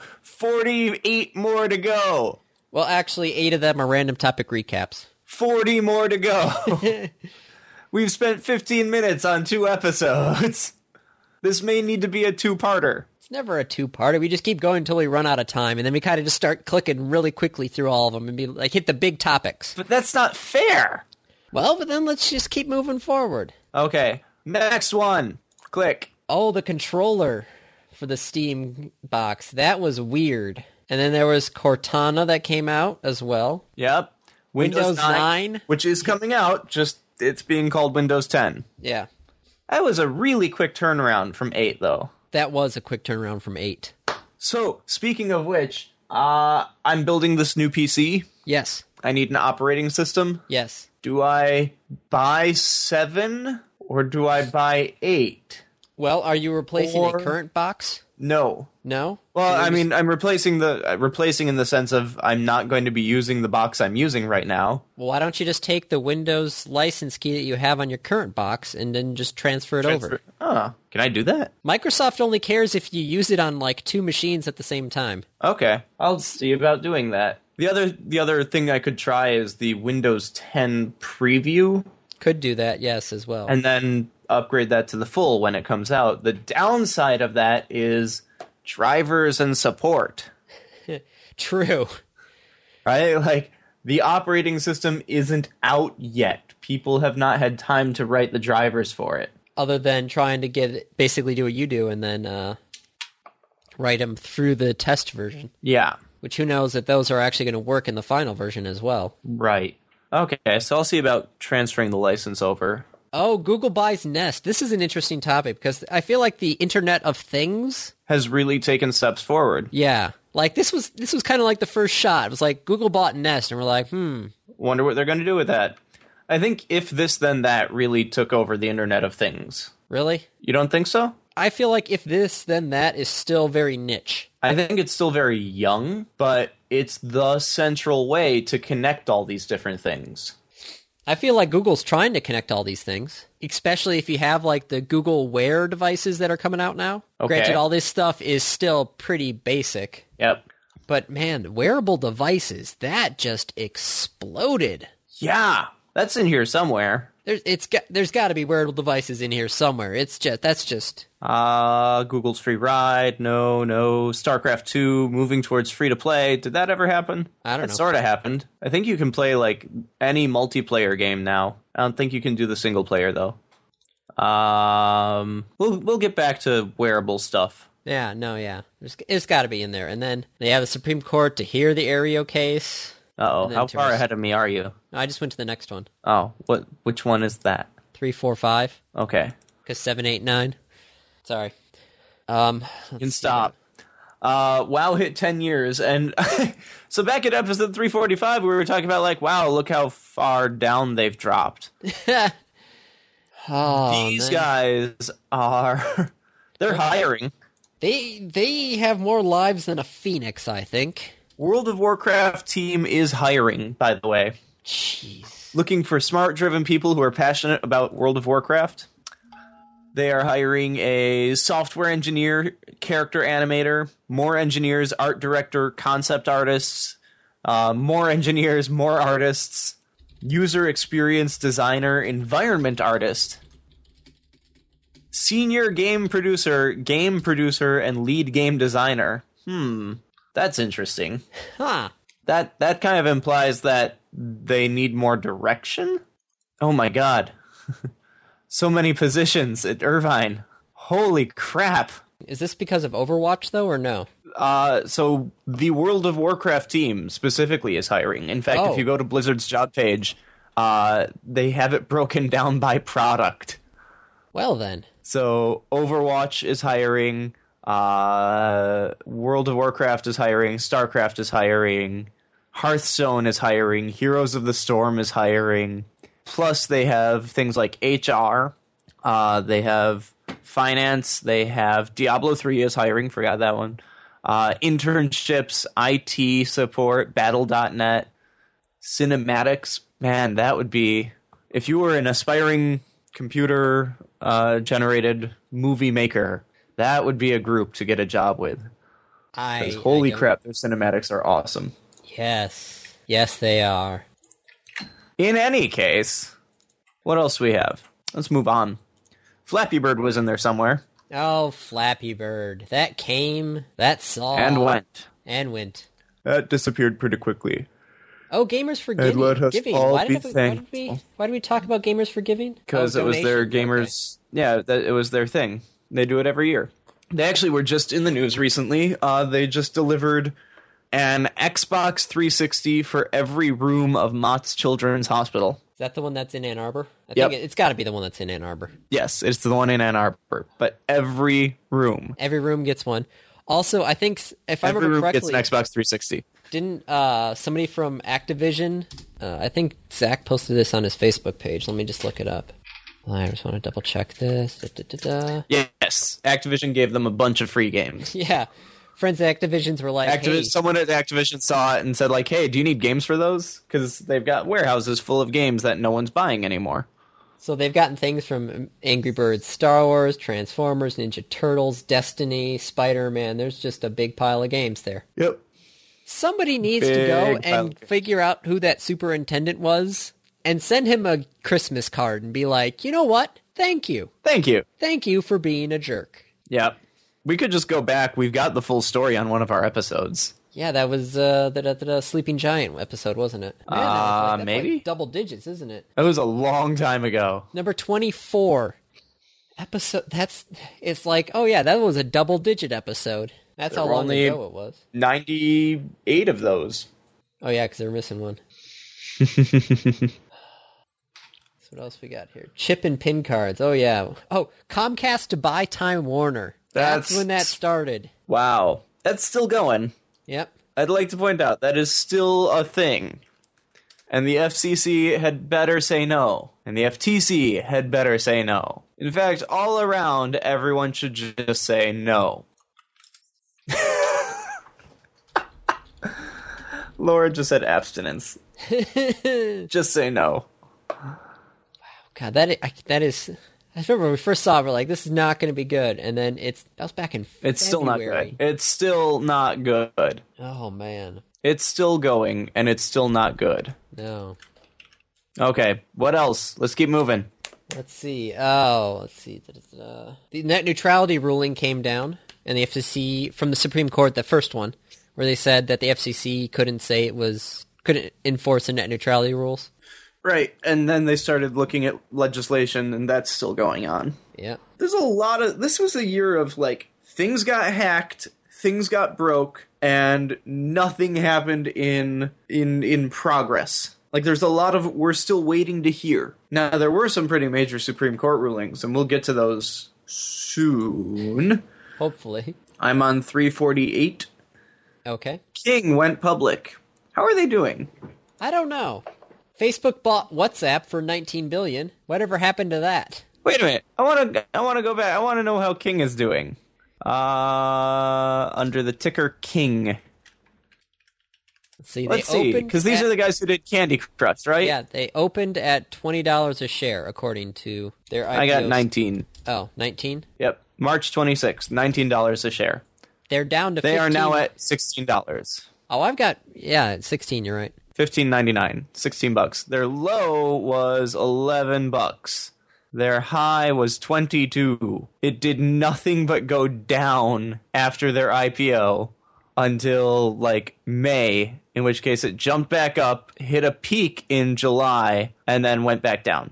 Speaker 2: forty-eight more to go.
Speaker 1: Well, actually, eight of them are random topic recaps.
Speaker 2: 40 more
Speaker 1: [LAUGHS]
Speaker 2: to go. We've spent 15 minutes on two episodes. [LAUGHS] This may need to be a two parter.
Speaker 1: It's never a two-parter. We just keep going until we run out of time, and then we kind of just start clicking really quickly through all of them and be like hit the big topics.
Speaker 2: But that's not fair.
Speaker 1: Well, but then let's just keep moving forward.
Speaker 2: Okay, next one. Click.
Speaker 1: Oh, the controller for the Steam box that was weird. And then there was Cortana that came out as well.
Speaker 2: Yep.
Speaker 1: Windows 9?
Speaker 2: Which is coming out, just it's being called Windows 10.
Speaker 1: Yeah,
Speaker 2: That was a really quick turnaround from 8, though.
Speaker 1: that was a quick turnaround from eight.
Speaker 2: So, speaking of which, uh, I'm building this new PC.
Speaker 1: Yes,
Speaker 2: I need an operating system.
Speaker 1: yes.
Speaker 2: Do I buy 7 or do I buy 8?
Speaker 1: Well, are you replacing
Speaker 2: Or-
Speaker 1: a current box?
Speaker 2: No.
Speaker 1: No.
Speaker 2: Well,
Speaker 1: You're
Speaker 2: I
Speaker 1: just-
Speaker 2: mean, I'm replacing the uh, replacing in the sense of I'm not going to be using the box I'm using right now.
Speaker 1: Well, why don't you just take the Windows license key that you have on your current box and then just transfer it over?
Speaker 2: Oh, can I do that?
Speaker 1: Microsoft only cares if you use it on like two machines at the same time.
Speaker 2: Okay, I'll see about doing that. The other the other thing I could try is the Windows 10 preview,
Speaker 1: Could do that, yes, as well.
Speaker 2: and then upgrade that to the full when it comes out. The downside of that is drivers and support.
Speaker 1: True.
Speaker 2: Right, [LAUGHS] like the operating system isn't out yet. People have not had time to write the drivers for it.
Speaker 1: Other than trying to get basically do what you do and then uh, write them through the test version,
Speaker 2: Yeah.
Speaker 1: which who knows if those are actually going to work in the final version as well.
Speaker 2: Right. Okay, so I'll see about transferring the license over.
Speaker 1: Oh, Google buys Nest. This is an interesting topic because I feel like the Internet of Things
Speaker 2: Has really taken steps forward.
Speaker 1: Yeah. Like this was this was kind of like the first shot. It was like Google bought Nest and we're like, "Hmm,
Speaker 2: Wonder what they're going to do with that. I think if this then that really took over the Internet of Things.
Speaker 1: really?"
Speaker 2: You don't think so?
Speaker 1: I feel like if this then that is still very niche.
Speaker 2: I think it's still very young, but it's the central way to connect all these different things.
Speaker 1: I feel like Google's trying to connect all these things, especially if you have like the Google Wear devices that are coming out now.
Speaker 2: Okay.
Speaker 1: Granted all this stuff is still pretty basic,
Speaker 2: Yep.
Speaker 1: but man, wearable devices, that just exploded.
Speaker 2: Yeah, that's in here somewhere.
Speaker 1: There's it's got, there's got to be wearable devices in here somewhere. It's just that's just
Speaker 2: Uh, Google's free ride. No, no. StarCraft 2 moving towards free to play. Did that ever happen?
Speaker 1: I don't
Speaker 2: It
Speaker 1: know.
Speaker 2: sort of happened. I think you can play like any multiplayer game now. I don't think you can do the single player though. Um, we'll we'll get back to wearable stuff.
Speaker 1: Yeah, no, yeah. There's, it's got to be in there. And then they have the Supreme Court to hear the Aereo case.
Speaker 2: Uh oh,
Speaker 1: then
Speaker 2: how
Speaker 1: to
Speaker 2: far
Speaker 1: us.
Speaker 2: ahead of me are you?
Speaker 1: No, I just went to the next one.
Speaker 2: Oh, what? Which one is that?
Speaker 1: Three, four, five.
Speaker 2: Okay,
Speaker 1: Because seven, eight, nine. Sorry. Um,
Speaker 2: you can stop. Uh, WoW hit ten years, and [LAUGHS] so back at episode three forty five, we were talking about like, wow, look how far down they've dropped.
Speaker 1: oh, man.
Speaker 2: These guys are [LAUGHS] they're hiring.
Speaker 1: they they have more lives than a phoenix, I think.
Speaker 2: World of Warcraft team is hiring, by the way.
Speaker 1: Jeez.
Speaker 2: Looking for smart driven people who are passionate about World of Warcraft. They are hiring a software engineer, character animator, more engineers, art director, concept artists, uh, more engineers, more artists, user experience designer, environment artist, senior game producer, game producer, and lead game designer. Hmm, that's interesting
Speaker 1: Huh.
Speaker 2: that that kind of implies that they need more direction Oh my god. [LAUGHS] so many positions at Irvine. Holy crap.
Speaker 1: Is this because of Overwatch though, or no?
Speaker 2: Uh, so the World of Warcraft team specifically is hiring. In fact,
Speaker 1: Oh.
Speaker 2: if you go to Blizzard's job page, uh, they have it broken down by product.
Speaker 1: Well then,
Speaker 2: So Overwatch is hiring, uh, World of Warcraft is hiring, StarCraft is hiring, Hearthstone is hiring, Heroes of the Storm is hiring. Plus, they have things like HR, uh, they have finance, they have Diablo 3 is hiring, forgot that one. Uh, internships, IT support, battle.net, cinematics man that would be if you were an aspiring computer uh, generated movie maker that would be a group to get a job with 'Cause
Speaker 1: I I
Speaker 2: holy
Speaker 1: don't-
Speaker 2: crap their cinematics are awesome
Speaker 1: Yes, yes they are.
Speaker 2: in any case what else we have let's move on flappy bird was in there somewhere
Speaker 1: Oh, Flappy Bird, that came, that saw,
Speaker 2: and went
Speaker 1: and went.
Speaker 2: that disappeared pretty quickly
Speaker 1: Oh, Gamers for Giving.
Speaker 2: let us
Speaker 1: giving.
Speaker 2: all
Speaker 1: why,
Speaker 2: be
Speaker 1: did we, why did we?
Speaker 2: thankful.
Speaker 1: Why did we talk about Gamers for Giving?
Speaker 2: because
Speaker 1: Oh,
Speaker 2: it was their
Speaker 1: donations.
Speaker 2: gamers. Yeah, that, it was their thing. They do it every year. They actually were just in the news recently. Uh, they just delivered an Xbox 360 for every room of Mott's Children's Hospital.
Speaker 1: Is that the one that's in Ann Arbor? I
Speaker 2: Yep.
Speaker 1: think it, it's got to be the one that's in Ann Arbor.
Speaker 2: Yes, it's the one in Ann Arbor, but every room,
Speaker 1: Every room gets one. Also, I think s- if I
Speaker 2: every
Speaker 1: remember
Speaker 2: room
Speaker 1: correctly,
Speaker 2: gets an Xbox 360.
Speaker 1: didn't uh, somebody from Activision? Uh, I think Zach posted this on his Facebook page. Let me just look it up. I just want to double check this. Da, da, da, da.
Speaker 2: Yes, Activision gave them a bunch of free [LAUGHS] games.
Speaker 1: Yeah, friends at Activision's were like,
Speaker 2: Activi-
Speaker 1: hey,
Speaker 2: Someone at Activision saw it and said, like, "Hey, do you need games for those? Because they've got warehouses full of games that no one's buying anymore."
Speaker 1: so they've gotten things from Angry Birds, Star Wars, Transformers, Ninja Turtles, Destiny, Spider Man. There's just a big pile of games there.
Speaker 2: Yep.
Speaker 1: Somebody needs to go
Speaker 2: Big pile
Speaker 1: and
Speaker 2: of-
Speaker 1: figure out who that superintendent was and send him a Christmas card and be like, you know what? Thank you.
Speaker 2: Thank you.
Speaker 1: Thank you for being a jerk.
Speaker 2: Yeah. We could just go back. We've got the full story on one of our episodes.
Speaker 1: Yeah, that was uh, the, the, the Sleeping Giant episode, wasn't it? Man, that was
Speaker 2: Uh,
Speaker 1: that's
Speaker 2: maybe?
Speaker 1: double digits, isn't it?
Speaker 2: That was a long time ago.
Speaker 1: Number 24. Episode. That's. It's like, oh yeah, that was a double digit episode. That's how
Speaker 2: were
Speaker 1: long
Speaker 2: only-
Speaker 1: ago it was.
Speaker 2: 98 of those.
Speaker 1: Oh yeah, because they're missing
Speaker 2: [LAUGHS]
Speaker 1: one. so what else we got here? Chip and pin cards. Oh yeah. Oh, Comcast to buy Time Warner. That's,
Speaker 2: That's-
Speaker 1: when that started.
Speaker 2: Wow. That's still going.
Speaker 1: Yep.
Speaker 2: I'd like to point out that is still a thing. And the FCC had better say no. And the FTC had better say no. In fact, all around, everyone should just say no. [LAUGHS] Laura just said abstinence. just say no.
Speaker 1: God, that is, that is. I remember when we first saw it, we're like, this is not going to be good, and then it's that was back in.
Speaker 2: It's still not
Speaker 1: February.
Speaker 2: good. It's still not good.
Speaker 1: Oh man,
Speaker 2: It's still going, and it's still not good.
Speaker 1: no.
Speaker 2: Okay, what else? Let's keep moving.
Speaker 1: Let's see. Oh, let's see. Da-da-da. The net neutrality ruling came down, and the FCC from the Supreme Court, the first one, where they said that the FCC couldn't say it was couldn't enforce the net neutrality rules.
Speaker 2: Right, and then they started looking at legislation, and that's still going on.
Speaker 1: Yeah.
Speaker 2: There's a lot of. This was a year of, like, things got hacked, things got broke, and nothing happened in in in progress. Like there's a lot of we're still waiting to hear. Now there were some pretty major Supreme Court rulings and we'll get to those soon.
Speaker 1: Hopefully.
Speaker 2: I'm on 348.
Speaker 1: Okay.
Speaker 2: King went public. How are they doing?
Speaker 1: I don't know. Facebook bought WhatsApp for 19 billion. Whatever happened to that?
Speaker 2: Wait a minute. I want to. I want to go back. I want to know how King is doing. Uh, under the ticker King.
Speaker 1: Let's see.
Speaker 2: Let's
Speaker 1: they
Speaker 2: see,
Speaker 1: opened
Speaker 2: because these
Speaker 1: at-
Speaker 2: are the guys who did Candy Crush, right?
Speaker 1: yeah they opened at twenty dollars a share according to their. IPOs.
Speaker 2: I got 19.
Speaker 1: Oh, 19?
Speaker 2: Yep. March 26th, 19 dollars a share.
Speaker 1: They're down to.
Speaker 2: They are now
Speaker 1: 15.
Speaker 2: at 16 dollars.
Speaker 1: Oh, I've got yeah, it's 16. You're right.
Speaker 2: 15.99, 16 bucks. Their low was 11 bucks. Their high was 22. It did nothing but go down after their IPO until like May in which case it jumped back up, hit a peak in July, and then went back down.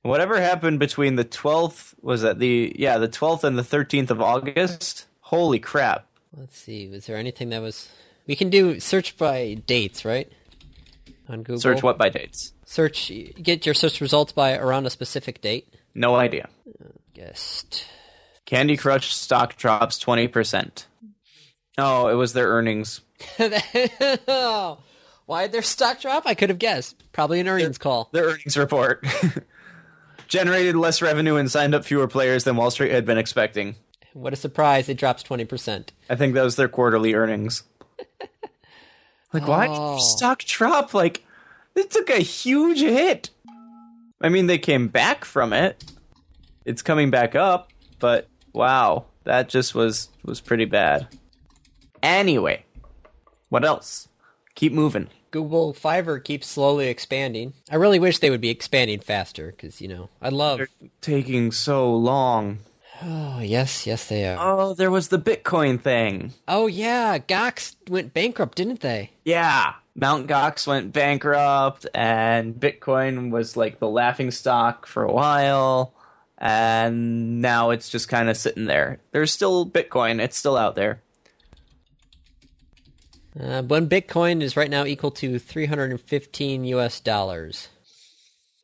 Speaker 2: Whatever happened between the 12th was that the yeah, the 12th and the 13th of August? Holy crap.
Speaker 1: Let's see. Was there anything that was? We can do search by dates, right? On Google.
Speaker 2: Search what by dates?
Speaker 1: Search. Get your search results by around a specific date.
Speaker 2: No idea.
Speaker 1: Guessed.
Speaker 2: Candy Crush stock drops 20%. Oh, it was their earnings.
Speaker 1: Why did their stock drop? I could have guessed. Probably an earnings call.
Speaker 2: Their earnings report. [LAUGHS] Generated less revenue and signed up fewer players than Wall Street had been expecting.
Speaker 1: What a surprise! It drops twenty percent.
Speaker 2: I think that was their quarterly earnings. [LAUGHS] like, why did
Speaker 1: Oh.
Speaker 2: your stock drop? Like, it took a huge hit. I mean, they came back from it. It's coming back up, but wow, that just was was pretty bad. Anyway, what else? Keep moving.
Speaker 1: Google Fiverr keeps slowly expanding. I really wish they would be expanding faster, because you know I love.
Speaker 2: Taking so long.
Speaker 1: Oh yes, yes they are.
Speaker 2: Oh, there was the Bitcoin thing.
Speaker 1: Oh yeah, Gox went bankrupt, didn't they?
Speaker 2: Yeah. Mount Gox went bankrupt and Bitcoin was like the laughing stock for a while and now it's just kind of sitting there. There's still Bitcoin, it's still out there.
Speaker 1: Uh, one Bitcoin is right now equal to three hundred and fifteen U.S. dollars.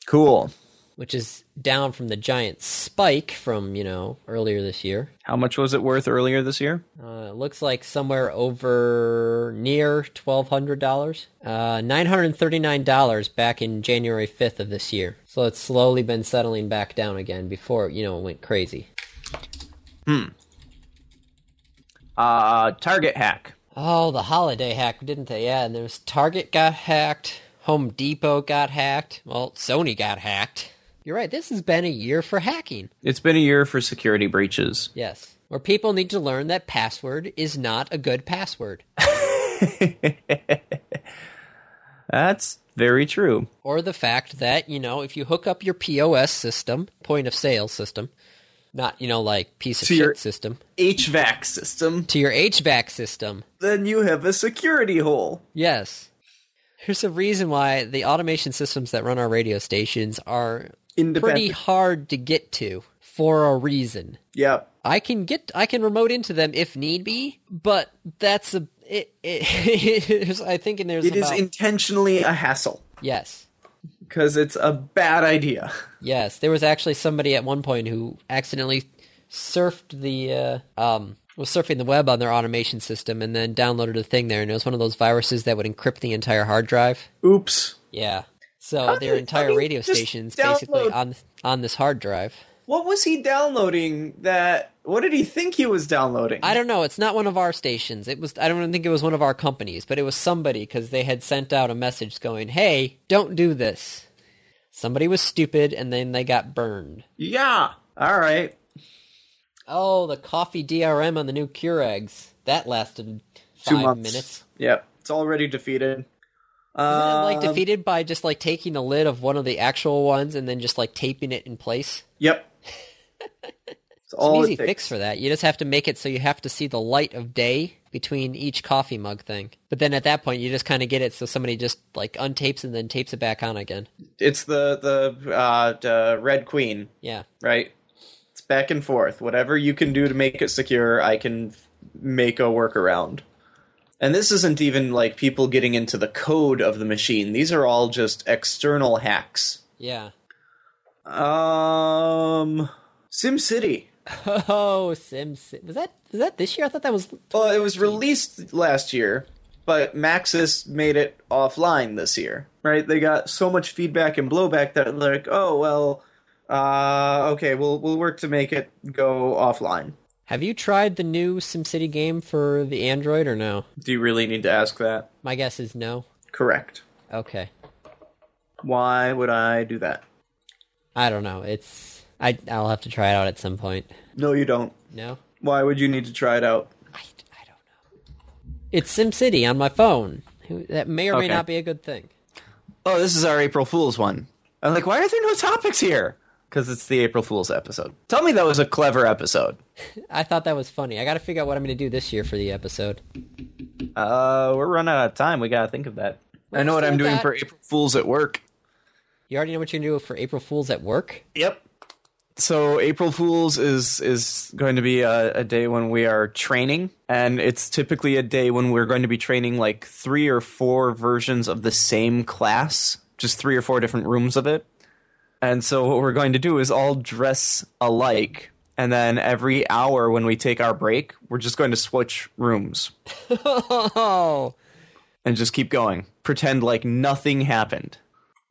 Speaker 2: Cool.
Speaker 1: which is down from the giant spike from you know earlier this year.
Speaker 2: How much was it worth earlier this year?
Speaker 1: Uh, it looks like somewhere over near twelve hundred dollars, uh, nine hundred thirty nine dollars back in January fifth of this year. So it's slowly been settling back down again before you know it went crazy.
Speaker 2: Uh Target hack.
Speaker 1: Oh, the holiday hack, didn't they? Yeah, and there was Target got hacked, Home Depot got hacked, well, Sony got hacked. You're right. This has been a year for hacking.
Speaker 2: It's been a year for security breaches.
Speaker 1: Yes. Where people need to learn that password is not a good password.
Speaker 2: That's very true.
Speaker 1: or the fact that you know if you hook up your POS system, point of sale system, not you know like piece of
Speaker 2: To
Speaker 1: shit
Speaker 2: your-
Speaker 1: system,
Speaker 2: HVAC system.
Speaker 1: to your HVAC system.
Speaker 2: Then you have a security hole.
Speaker 1: Yes, there's a reason why the automation systems that run our radio stations are pretty
Speaker 2: Independent.
Speaker 1: hard to get to for a reason.
Speaker 2: Yep.
Speaker 1: I can get I can remote into them if need be, but that's a it, it, [LAUGHS] there's- I think and there's
Speaker 2: It is
Speaker 1: about,
Speaker 2: intentionally a hassle.
Speaker 1: yes.
Speaker 2: because it's a bad idea.
Speaker 1: Yes, there was actually somebody at one point who accidentally surfed the uh, um was surfing the web on their automation system and then downloaded a thing there, and it was one of those viruses that would encrypt the entire hard drive.
Speaker 2: Oops.
Speaker 1: Yeah, so
Speaker 2: I
Speaker 1: their entire
Speaker 2: mean,
Speaker 1: radio
Speaker 2: just
Speaker 1: stations basically
Speaker 2: download-
Speaker 1: on on this hard drive.
Speaker 2: What was he downloading that what did he think he was downloading?
Speaker 1: I don't know. It's not one of our stations. It was. I don't even think it was one of our companies, but it was somebody because they had sent out a message going, "Hey, don't do this." Somebody was stupid, and then they got burned.
Speaker 2: Yeah. All right.
Speaker 1: Oh, the coffee DRM on the new Keurigs. That lasted
Speaker 2: Two
Speaker 1: five
Speaker 2: months.
Speaker 1: minutes.
Speaker 2: Yep. It's already defeated.
Speaker 1: Isn't it, like
Speaker 2: Um,
Speaker 1: defeated by just like taking the lid of one of the actual ones and then just like taping it in place? [LAUGHS]
Speaker 2: Yep. It's
Speaker 1: It's
Speaker 2: all
Speaker 1: an
Speaker 2: it
Speaker 1: easy
Speaker 2: takes.
Speaker 1: fix for that. You just have to make it so you have to see the light of day between each coffee mug thing. But then at that point, you just kind of get it so somebody just like untapes and then tapes it back on again.
Speaker 2: It's the the uh, the Red Queen,
Speaker 1: Yeah.
Speaker 2: right? It's back and forth. Whatever you can do to make it secure, I can f- make a workaround. And this isn't even like people getting into the code of the machine. These are all just external hacks.
Speaker 1: Yeah. [LAUGHS]
Speaker 2: Um, SimCity.
Speaker 1: Oh, Sim. Ci- Was that was that this year? I thought that was
Speaker 2: Well, it was released last year, but Maxis made it offline this year. Right? They got so much feedback and blowback that they're like, oh well, uh, okay, we'll we'll work to make it go offline.
Speaker 1: Have you tried the new SimCity game for the Android or no?
Speaker 2: Do you really need to ask that?
Speaker 1: My guess is no.
Speaker 2: Correct.
Speaker 1: Okay.
Speaker 2: Why would I do that?
Speaker 1: I don't know. It's I I'll have to try it out at some point.
Speaker 2: No, you don't.
Speaker 1: No,
Speaker 2: Why would you need to try it out?
Speaker 1: I, I don't know. It's SimCity on my phone. Who- That may or may
Speaker 2: Okay.
Speaker 1: not be a good thing.
Speaker 2: Oh, this is our April Fool's one. I'm like, why are there no topics here? Because it's the April Fool's episode. Tell me that was a clever episode.
Speaker 1: I thought that was funny. I got to figure out what I'm going to do this year for the episode.
Speaker 2: Uh, we're running out of time. We gotta think of that. I know what I'm doing
Speaker 1: that.
Speaker 2: for April Fools at work.
Speaker 1: You already know what you're gonna do for April Fools at work.
Speaker 2: Yep. So April Fools is is going to be a, a day when we are training, and it's typically a day when we're going to be training like three or four versions of the same class, just three or four different rooms of it. And so what we're going to do is all dress alike, and then every hour when we take our break, we're just going to switch rooms
Speaker 1: Oh,
Speaker 2: and just keep going. Pretend like nothing happened.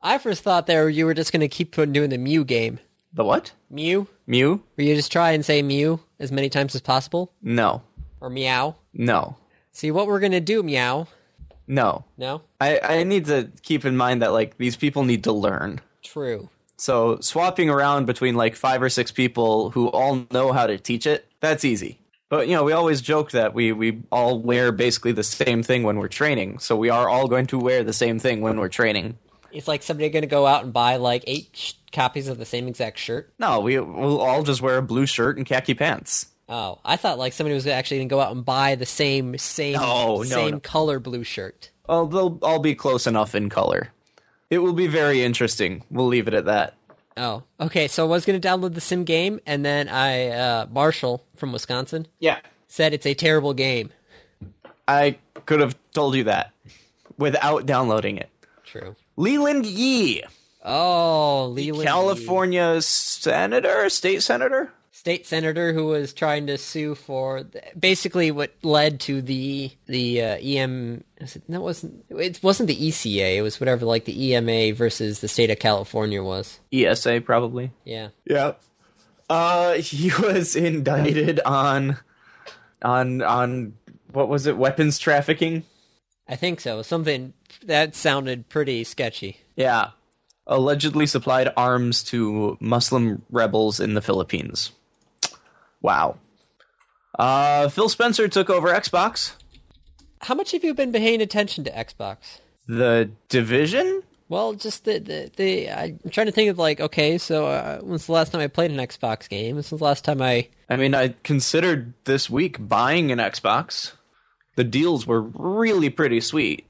Speaker 1: I first thought there you were just gonna keep on doing the Mew game.
Speaker 2: The what?
Speaker 1: Mew,
Speaker 2: Mew?
Speaker 1: where you just try and say Mew as many times as possible,
Speaker 2: No.
Speaker 1: or Meow.
Speaker 2: No.
Speaker 1: See what we're gonna do, Meow.
Speaker 2: No.
Speaker 1: No,
Speaker 2: I, I need to keep in mind that like these people need to learn.
Speaker 1: true.
Speaker 2: So swapping around between like five or six people who all know how to teach it, that's easy. But you know, we always joke that we, we all wear basically the same thing when we're training. So we are all going to wear the same thing when we're training.
Speaker 1: It's like somebody gonna go out and buy like eight sh- copies of the same exact shirt.
Speaker 2: No, we will all just wear a blue shirt and khaki pants.
Speaker 1: Oh, I thought like somebody was actually gonna go out and buy the same same
Speaker 2: No, no,
Speaker 1: same
Speaker 2: no.
Speaker 1: color blue shirt.
Speaker 2: Well, they'll all be close enough in color. It will be very interesting. We'll leave it at that.
Speaker 1: Oh, okay. So I was gonna download the sim game, and then I uh, Marshall from Wisconsin
Speaker 2: Yeah.
Speaker 1: said it's a terrible game.
Speaker 2: I could have told you that without downloading it.
Speaker 1: True.
Speaker 2: Leland Yee,
Speaker 1: Oh, Leland,
Speaker 2: California senator, state senator.
Speaker 1: state senator who was trying to sue for basically what led to the the uh, EM. is it- That wasn't it. Wasn't the ECA? It was whatever, like the EMA versus the state of California was.
Speaker 2: ESA, E probably.
Speaker 1: Yeah.
Speaker 2: Yeah. Uh, he [LAUGHS] was indicted on, on, on what was it? Weapons trafficking.
Speaker 1: I think so. Something that sounded pretty sketchy.
Speaker 2: Yeah. Allegedly supplied arms to Muslim rebels in the Philippines. Wow. Uh, Phil Spencer took over Xbox.
Speaker 1: How much have you been paying attention to Xbox?
Speaker 2: The Division?
Speaker 1: Well, just the the, the I'm trying to think of like okay, so uh, when's the last time I played an Xbox game? When's the last time I
Speaker 2: I mean, I considered this week buying an Xbox. The deals were really pretty sweet.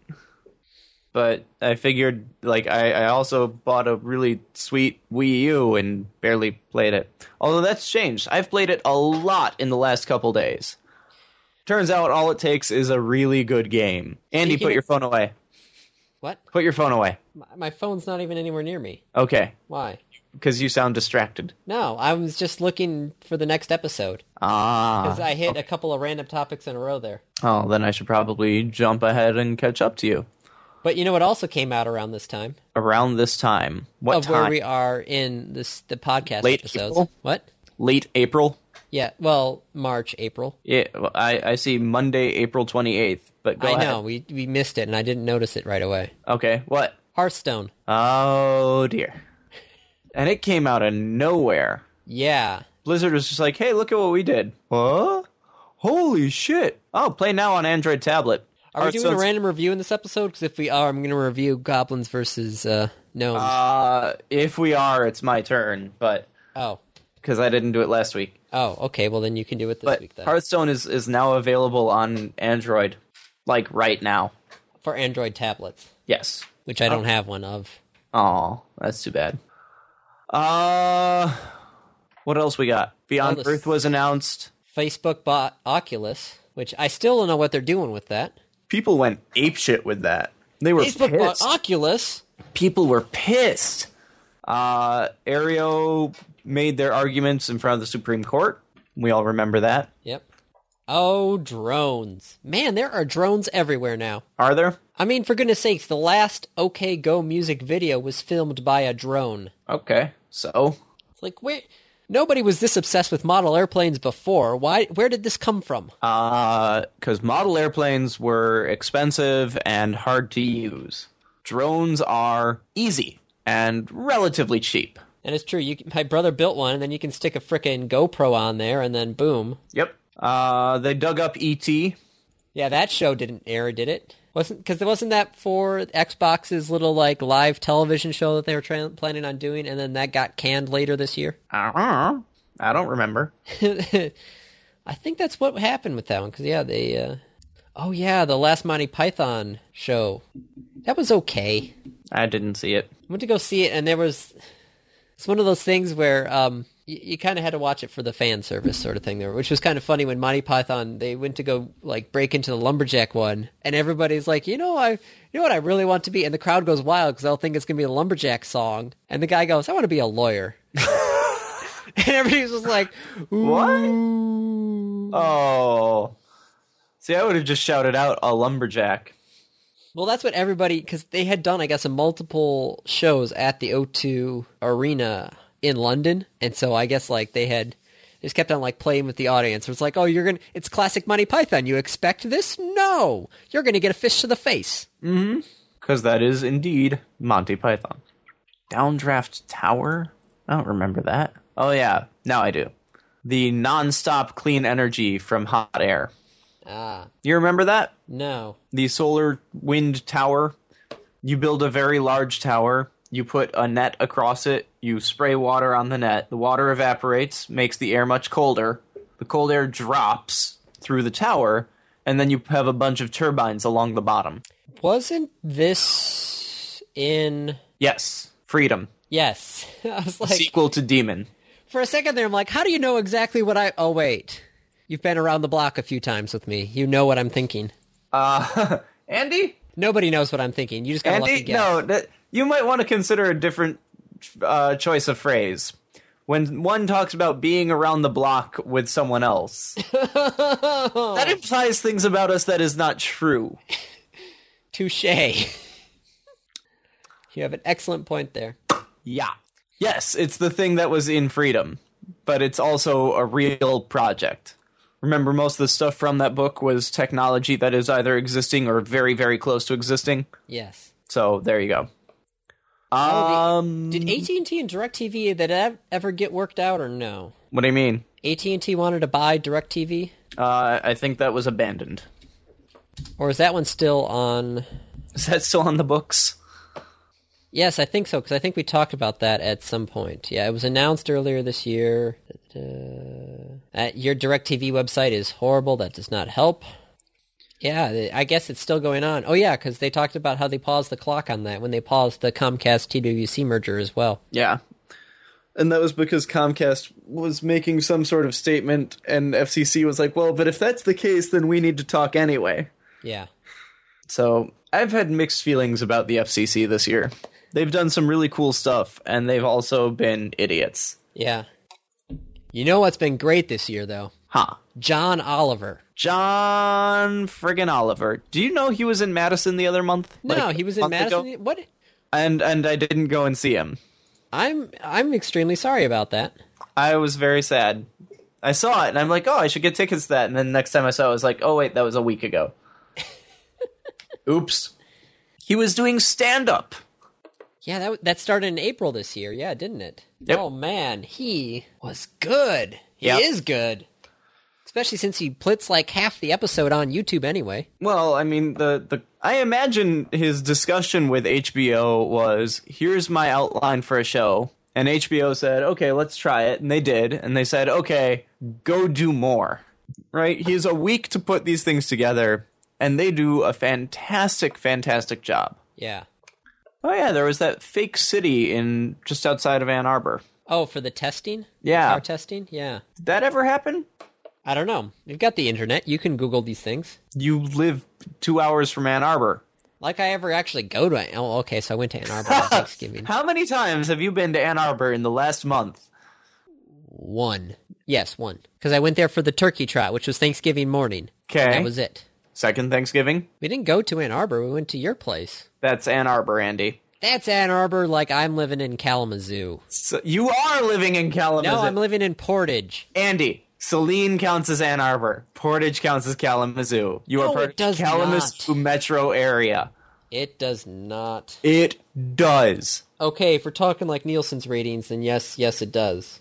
Speaker 2: But I figured, like, I, I also bought a really sweet Wii U and barely played it. Although that's changed. I've played it a lot in the last couple days. Turns out all it takes is a really good game. Andy,
Speaker 1: Speaking
Speaker 2: put
Speaker 1: of-
Speaker 2: your phone away.
Speaker 1: what?
Speaker 2: Put your phone away.
Speaker 1: My, my phone's not even anywhere near me.
Speaker 2: Okay.
Speaker 1: Why?
Speaker 2: Because you sound distracted.
Speaker 1: No, I was just looking for the next episode because
Speaker 2: Ah.
Speaker 1: I hit a couple of random topics in a row there.
Speaker 2: Oh, then I should probably jump ahead and catch up to you.
Speaker 1: But you know what also came out around this time
Speaker 2: around this time. What
Speaker 1: of
Speaker 2: time?
Speaker 1: where we are in this the podcast
Speaker 2: Late
Speaker 1: episodes.
Speaker 2: April?
Speaker 1: What?
Speaker 2: Late April.
Speaker 1: Yeah, well, March, April.
Speaker 2: Yeah, well, I, I see Monday, April twenty eighth. But go
Speaker 1: I
Speaker 2: ahead.
Speaker 1: know we we missed it and I didn't notice it right away.
Speaker 2: Okay, what?
Speaker 1: Hearthstone.
Speaker 2: Oh dear. And it came out of nowhere.
Speaker 1: Yeah.
Speaker 2: Blizzard was just like, "Hey, look at what we did." Huh? Holy shit! Oh, play now on Android tablet.
Speaker 1: Are we doing a
Speaker 2: Hearthstone's-
Speaker 1: random review in this episode? Because if we are, I'm going to review goblins versus uh, gnomes.
Speaker 2: Uh, if we are, it's my turn, but
Speaker 1: oh,
Speaker 2: because I didn't do it last week.
Speaker 1: oh, okay. Well, then you can do it this
Speaker 2: But
Speaker 1: week then
Speaker 2: Hearthstone is is now available on Android, like right now.
Speaker 1: for Android tablets,
Speaker 2: Yes.
Speaker 1: which I don't have one of.
Speaker 2: Oh, that's too bad. Uh, what else we got? Beyond
Speaker 1: All this-
Speaker 2: Earth was announced.
Speaker 1: Facebook bought Oculus, which I still don't know what they're doing with that.
Speaker 2: People went apeshit with that. They were
Speaker 1: Facebook bought Oculus.
Speaker 2: People were pissed. Uh, Aereo made their arguments in front of the Supreme Court. We all remember that.
Speaker 1: Yep. Oh, drones! Man, there are drones everywhere now.
Speaker 2: Are there?
Speaker 1: I mean, for goodness sakes, the last OK Go music video was filmed by a drone.
Speaker 2: Okay. So,
Speaker 1: It's like where nobody was this obsessed with model airplanes before. Why? Where did this come from?
Speaker 2: uh, because model airplanes were expensive and hard to use, drones are easy and relatively cheap.
Speaker 1: And it's true. You, can- my brother built one, and then you can stick a frickin' GoPro on there, and then boom.
Speaker 2: Yep. Uh, they dug up ET.
Speaker 1: Yeah, that show didn't air, did it? Wasn't because wasn't that for Xbox's little like live television show that they were tran- planning on doing, and then that got canned later this year.
Speaker 2: I don't know. I don't remember.
Speaker 1: I think that's what happened with that one. Because yeah, they. Uh... Oh yeah, the last Monty Python show. That was okay.
Speaker 3: I didn't see it.
Speaker 1: I went to go see it, and there was. It's one of those things where um, you, you kind of had to watch it for the fan service sort of thing there, which was kind of funny when Monty Python they went to go like break into the lumberjack one, and everybody's like, you know, I, you know what I really want to be, and the crowd goes wild because they'll think it's gonna be a lumberjack song, and the guy goes, I want to be a lawyer, [LAUGHS] and everybody's just like, what?
Speaker 2: Oh. See, I would have just shouted out a lumberjack.
Speaker 1: Well, that's what everybody because they had done, I guess, a multiple shows at the O2 Arena in London, and so I guess like they had they just kept on like playing with the audience. It's like, oh, you're gonna, it's classic Monty Python. You expect this? No, you're gonna get a fish to the face.
Speaker 2: Because that is indeed Monty Python. Downdraft Tower? I don't remember that. Oh, yeah. Now I do. The nonstop clean energy from hot air.
Speaker 1: Ah,
Speaker 2: You remember that?
Speaker 1: no,
Speaker 2: The solar wind tower. You build a very large tower. You put a net across it. You spray water on the net. The water evaporates, makes the air much colder. The cold air drops through the tower, and then you have a bunch of turbines along the bottom.
Speaker 1: wasn't this in?
Speaker 2: Yes, Freedom.
Speaker 1: Yes, [LAUGHS] I was like,
Speaker 2: Sequel to Demon.
Speaker 1: for a second there, I'm like, how do you know exactly what I? Oh wait, you've been around the block a few times with me. You know what I'm thinking.
Speaker 2: Uh, Andy?
Speaker 1: Nobody knows what I'm thinking. You just gotta let me
Speaker 2: Andy?
Speaker 1: guess.
Speaker 2: No, that, you might want to consider a different uh, choice of phrase. When one talks about being around the block with someone else, that implies things about us that is not true.
Speaker 1: Touche. [LAUGHS] you have an excellent point there.
Speaker 2: Yeah. Yes, it's the thing that was in Freedom, but it's also a real project. Remember, most of the stuff from that book was technology that is either existing or very, very close to existing.
Speaker 1: Yes.
Speaker 2: So there you go. Um,
Speaker 1: Did AT&T and DirecTV did that ever get worked out or no?
Speaker 2: what do you mean?
Speaker 1: AT&T wanted to buy DirecTV
Speaker 2: Uh, I think that was abandoned. [LAUGHS]
Speaker 1: or is that one still on
Speaker 2: Is that still on the books?
Speaker 1: Yes, I think so cuz I think we talked about that at some point. Yeah, it was announced earlier this year. Uh, uh, your DirecTV website is horrible. That does not help. Yeah, th- I guess it's still going on. Oh yeah, cuz they talked about how they paused the clock on that when they paused the Comcast TWC merger as well.
Speaker 2: Yeah. And that was because Comcast was making some sort of statement, and FCC was like, well, but if that's the case, then we need to talk anyway.
Speaker 1: Yeah.
Speaker 2: So I've had mixed feelings about the FCC this year. They've done some really cool stuff, and they've also been idiots.
Speaker 1: Yeah. You know what's been great this year, though?
Speaker 2: Huh.
Speaker 1: John Oliver.
Speaker 2: John friggin' Oliver. Do you know he was in Madison the other month?
Speaker 1: No,
Speaker 2: Like,
Speaker 1: he was
Speaker 2: a
Speaker 1: in
Speaker 2: month ago?
Speaker 1: Madison. What?
Speaker 2: And and I didn't go and see him.
Speaker 1: I'm I'm extremely sorry about that.
Speaker 2: I was very sad. I saw it and I'm like, oh, I should get tickets to that. And then next time I saw it, I was like, oh, wait, that was a week ago. [LAUGHS] Oops. He was doing stand up.
Speaker 1: Yeah, that that started in April this year. Yeah, didn't it?
Speaker 2: Yep.
Speaker 1: Oh man, he was good. He
Speaker 2: Yep.
Speaker 1: is good. Especially since he puts like half the episode on YouTube anyway.
Speaker 2: Well, I mean, the, the I imagine his discussion with HBO was here's my outline for a show. And HBO said, okay, let's try it. And they did. And they said, okay, go do more. Right? He has a week to put these things together. And they do a fantastic, fantastic job.
Speaker 1: Yeah.
Speaker 2: Oh yeah, there was that fake city in just outside of Ann Arbor.
Speaker 1: Oh, for the testing?
Speaker 2: Yeah.
Speaker 1: Our testing? Yeah.
Speaker 2: Did that ever happen?
Speaker 1: I don't know. You've got the internet. You can Google these things.
Speaker 2: You live two hours from Ann Arbor.
Speaker 1: Like I ever actually go to Oh, okay, so I went to Ann Arbor
Speaker 2: [LAUGHS]
Speaker 1: on Thanksgiving.
Speaker 2: How many times have you been to Ann Arbor in the last month?
Speaker 1: One. Yes, one. Because I went there for the turkey trot, which was Thanksgiving morning.
Speaker 2: Okay.
Speaker 1: That was it.
Speaker 2: Second Thanksgiving?
Speaker 1: We didn't go to Ann Arbor. We went to your place.
Speaker 2: That's Ann Arbor, Andy.
Speaker 1: That's Ann Arbor, like I'm living in Kalamazoo.
Speaker 2: So you are living in Kalamazoo.
Speaker 1: No, I'm living in Portage.
Speaker 2: Andy, Celine counts as Ann Arbor. Portage counts as Kalamazoo. You
Speaker 1: No,
Speaker 2: are part
Speaker 1: it
Speaker 2: of
Speaker 1: does
Speaker 2: Kalamazoo metro area.
Speaker 1: It does not.
Speaker 2: It does.
Speaker 1: Okay, if we're talking like Nielsen's ratings, then yes, yes, it does.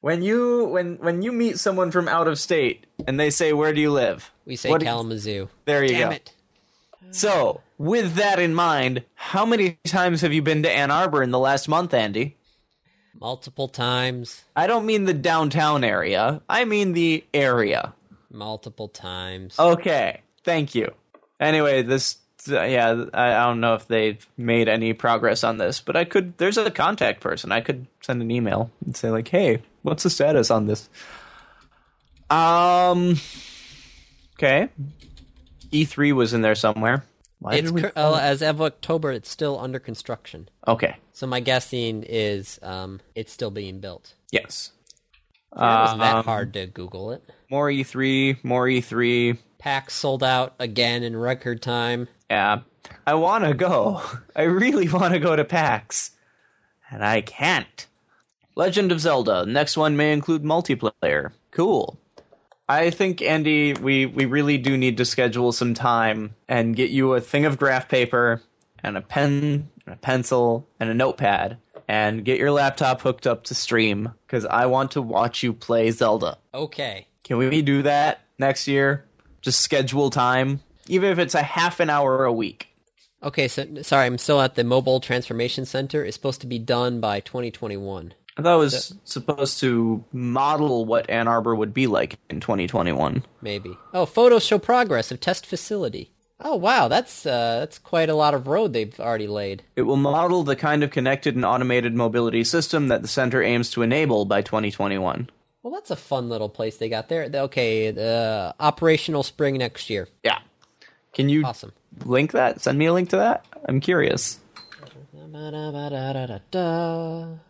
Speaker 2: When you when when you meet someone from out of state and they say where do you live?
Speaker 1: We say
Speaker 2: What do you-
Speaker 1: Kalamazoo.
Speaker 2: There you
Speaker 1: Damn
Speaker 2: go.
Speaker 1: it.
Speaker 2: So, with that in mind, how many times have you been to Ann Arbor in the last month, Andy?
Speaker 1: Multiple times.
Speaker 2: I don't mean the downtown area. I mean the area. Oh,
Speaker 1: Multiple times.
Speaker 2: Okay. Thank you. Anyway, this uh, yeah, I, I don't know if they've made any progress on this, but I could. There's a contact person. I could send an email and say like, "Hey, what's the status on this?" Um. Okay. E3 was in there somewhere. Why
Speaker 1: It's
Speaker 2: did we-
Speaker 1: cur- uh, as of October, it's still under construction.
Speaker 2: okay.
Speaker 1: So my guessing is um, it's still being built.
Speaker 2: Yes.
Speaker 1: It was that
Speaker 2: Um,
Speaker 1: hard to Google it.
Speaker 2: More E3. More E E3.
Speaker 1: PAX sold out again in record time.
Speaker 2: Yeah. I want to go. I really [LAUGHS] want to go to PAX. And I can't. Legend of Zelda. Next one may include multiplayer. Cool. I think, Andy, we, we really do need to schedule some time and get you a thing of graph paper and a pen, and a pencil, and a notepad. And get your laptop hooked up to stream because I want to watch you play Zelda.
Speaker 1: Okay.
Speaker 2: Can we do that next year? Just schedule time, even if it's a half an hour a week.
Speaker 1: Okay, so sorry, I'm still at the Mobile Transformation Center. It's supposed to be done by 2021.
Speaker 2: I thought it was supposed to model what Ann Arbor would be like in 2021.
Speaker 1: Maybe. Oh, photos show progress of test facility. Oh wow, that's uh, that's quite a lot of road they've already laid.
Speaker 2: It will model the kind of connected and automated mobility system that the center aims to enable by 2021.
Speaker 1: Well, that's a fun little place they got there. Okay, the operational spring next year.
Speaker 2: Yeah. Can you
Speaker 1: Awesome.
Speaker 2: link that? Send me a link to that? I'm curious.
Speaker 1: And I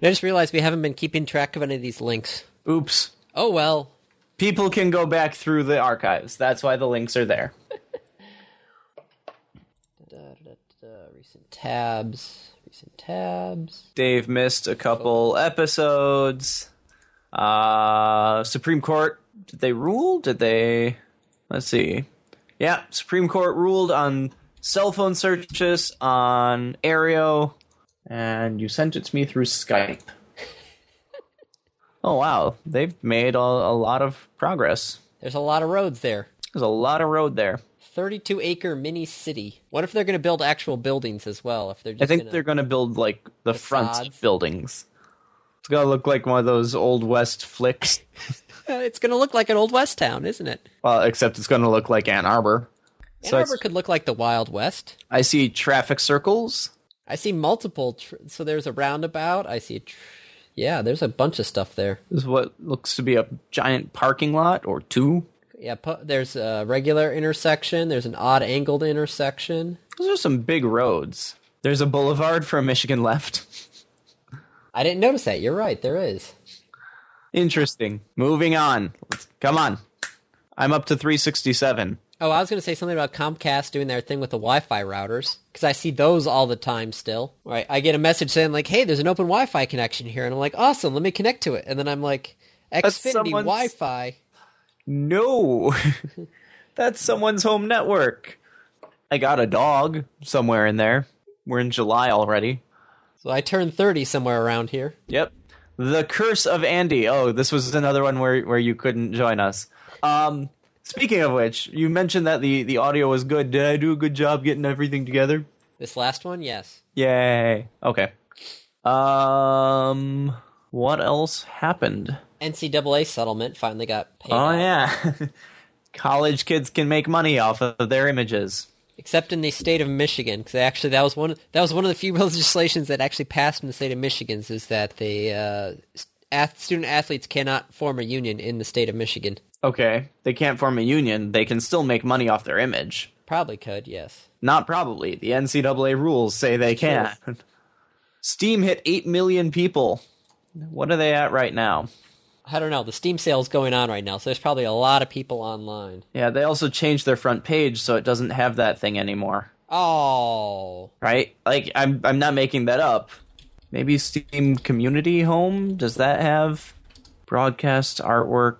Speaker 1: just realized we haven't been keeping track of any of these links.
Speaker 2: Oops.
Speaker 1: Oh well.
Speaker 2: People can go back through the archives. That's why the links are there.
Speaker 1: Recent tabs. Recent tabs.
Speaker 2: Dave missed a couple episodes. Uh, Supreme Court, did they rule? Did they? Let's see. Yeah, Supreme Court ruled on cell phone searches on Aereo, and you sent it to me through Skype. [LAUGHS] oh wow, they've made a, a lot of progress.
Speaker 1: There's a lot of roads there.
Speaker 2: There's a lot of road there.
Speaker 1: 32 acre mini city. What if they're going to build actual buildings as well? If they're just
Speaker 2: I think
Speaker 1: gonna...
Speaker 2: they're gonna build like the front
Speaker 1: Facades.
Speaker 2: buildings. It's gonna look like one of those old west flicks.
Speaker 1: Uh, it's going to look like an old west town, isn't it?
Speaker 2: Well, except it's going to look like Ann Arbor.
Speaker 1: Ann
Speaker 2: So it's-
Speaker 1: Arbor could look like the Wild West.
Speaker 2: I see traffic circles.
Speaker 1: I see multiple. Tr- so there's a roundabout. I see. Tr- yeah, there's a bunch of stuff there.
Speaker 2: This is what looks to be a giant parking lot or two.
Speaker 1: Yeah, pu- there's a regular intersection. There's an odd angled intersection.
Speaker 2: Those are some big roads. There's a boulevard from Michigan left. [LAUGHS]
Speaker 1: I didn't notice that. You're right. There is.
Speaker 2: Interesting. Moving on. Come on. I'm up to 367.
Speaker 1: Oh, I was going to say something about Comcast doing their thing with the Wi-Fi routers because I see those all the time still. Right, I get a message saying like, "Hey, there's an open Wi-Fi connection here," and I'm like, "Awesome, let me connect to it." And then I'm like, "Xfinity
Speaker 2: someone's-
Speaker 1: Wi-Fi."
Speaker 2: No. [LAUGHS] That's someone's home network. I got a dog somewhere in there. We're in July already.
Speaker 1: So I turned 30 somewhere around here.
Speaker 2: Yep. The Curse of Andy. Oh, this was another one where where you couldn't join us. Um, speaking of which, you mentioned that the the audio was good. Did I do a good job getting everything together?
Speaker 1: This last one, yes.
Speaker 2: Yay. Okay. Um, what else happened?
Speaker 1: NCAA settlement finally got paid.
Speaker 2: Oh
Speaker 1: out.
Speaker 2: yeah. [LAUGHS] College kids can make money off of their images.
Speaker 1: Except in the state of Michigan, because actually that was one that was one of the few [LAUGHS] legislations that actually passed in the state of Michigan is that the uh, ath- student athletes cannot form a union in the state of Michigan.
Speaker 2: Okay. They can't form a union, they can still make money off their image.
Speaker 1: Probably could, yes.
Speaker 2: Not probably. The NCAA rules say they can. Steam hit 8 million people. What are they at right now?
Speaker 1: I don't know. The Steam sale's going on right now, so there's probably a lot of people online.
Speaker 2: Yeah, they also changed their front page so it doesn't have that thing anymore,
Speaker 1: Oh,
Speaker 2: right? Like I'm I'm not making that up. Maybe Steam Community Home, does that have broadcast artwork?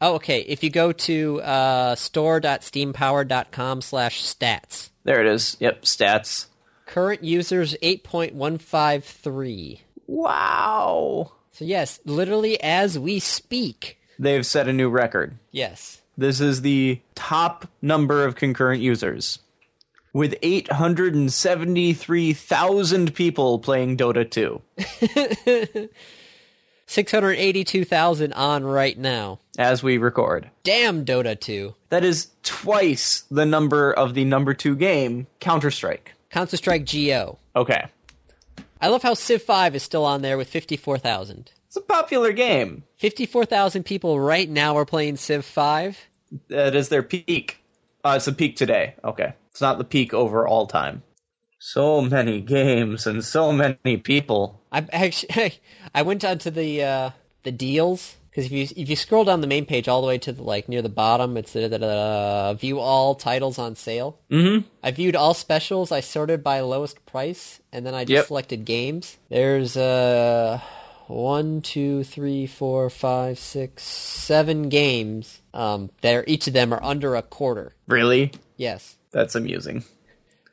Speaker 1: oh, okay. If you go to uh, store.steampower.com/stats,
Speaker 2: There it is. Yep, stats.
Speaker 1: current users 8.153.
Speaker 2: Wow.
Speaker 1: So yes, literally as we speak.
Speaker 2: They've set a new record.
Speaker 1: Yes.
Speaker 2: This is the top number of concurrent users. With 873,000 people playing Dota 2.
Speaker 1: 682,000 on right now.
Speaker 2: as we record.
Speaker 1: Damn Dota 2.
Speaker 2: That is twice the number of the number two game, Counter Strike.
Speaker 1: Counter Strike GO.
Speaker 2: Okay.
Speaker 1: I love how Civ 5 is still on there with 54,000.
Speaker 2: It's a popular game.
Speaker 1: 54,000 people right now are playing Civ 5.
Speaker 2: That is their peak. Uh, it's the peak today. Okay. It's not the peak over all time. So many games and so many people.
Speaker 1: I [LAUGHS] actually I went onto the uh, the deals because if you if you scroll down the main page all the way to the like near the bottom, it's the, the, the, uh, view all titles on sale. Mm-hmm. I viewed all specials. I sorted by lowest price, and then I just
Speaker 2: Yep.
Speaker 1: selected games. There's uh one, two, three, four, five, six, seven games. Um, there each of them are under a quarter.
Speaker 2: Really?
Speaker 1: Yes.
Speaker 2: That's amusing.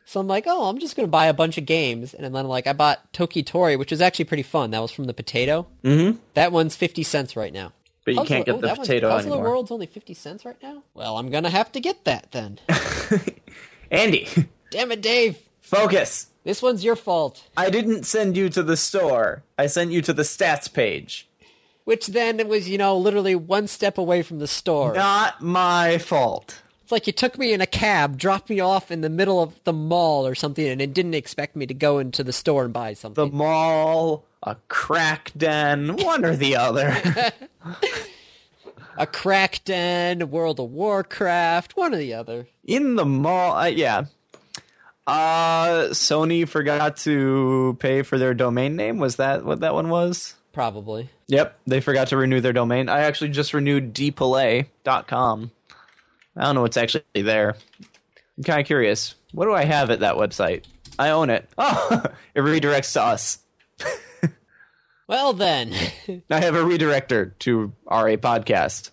Speaker 1: So I'm like, oh, I'm just gonna buy a bunch of games, and then like I bought Toki Tori, which was actually pretty fun. That was from the potato. Mm-hmm. That one's fifty cents right now.
Speaker 2: But you can't
Speaker 1: Puzzle-
Speaker 2: get the
Speaker 1: that one's-
Speaker 2: potato
Speaker 1: Puzzle
Speaker 2: anymore.
Speaker 1: World's only fifty cents right now. Well, I'm gonna have to get that
Speaker 2: [LAUGHS]
Speaker 1: then.
Speaker 2: Andy, [LAUGHS]
Speaker 1: Damn it, Dave!
Speaker 2: focus.
Speaker 1: This one's your fault.
Speaker 2: I didn't send you to the store. I sent you to the stats page.
Speaker 1: Which then was, you know, literally one step away from the store.
Speaker 2: Not my fault.
Speaker 1: It's like you took me in a cab, dropped me off in the middle of the mall or something, and it didn't expect me to go into the store and buy
Speaker 2: The
Speaker 1: something.
Speaker 2: mall, a crack den, one or the other.
Speaker 1: a crack den, World of Warcraft, one or the other.
Speaker 2: In the mall, uh, yeah. Uh, Sony forgot to pay for their domain name. Was that what that one was?
Speaker 1: Probably.
Speaker 2: Yep, they forgot to renew their domain. I actually just renewed dplay.com. I don't know what's actually there. I'm kind of curious. What do I have at that website? I own it. [LAUGHS] Oh, it redirects to us.
Speaker 1: Well then, [LAUGHS]
Speaker 2: I have a redirector to RA podcast.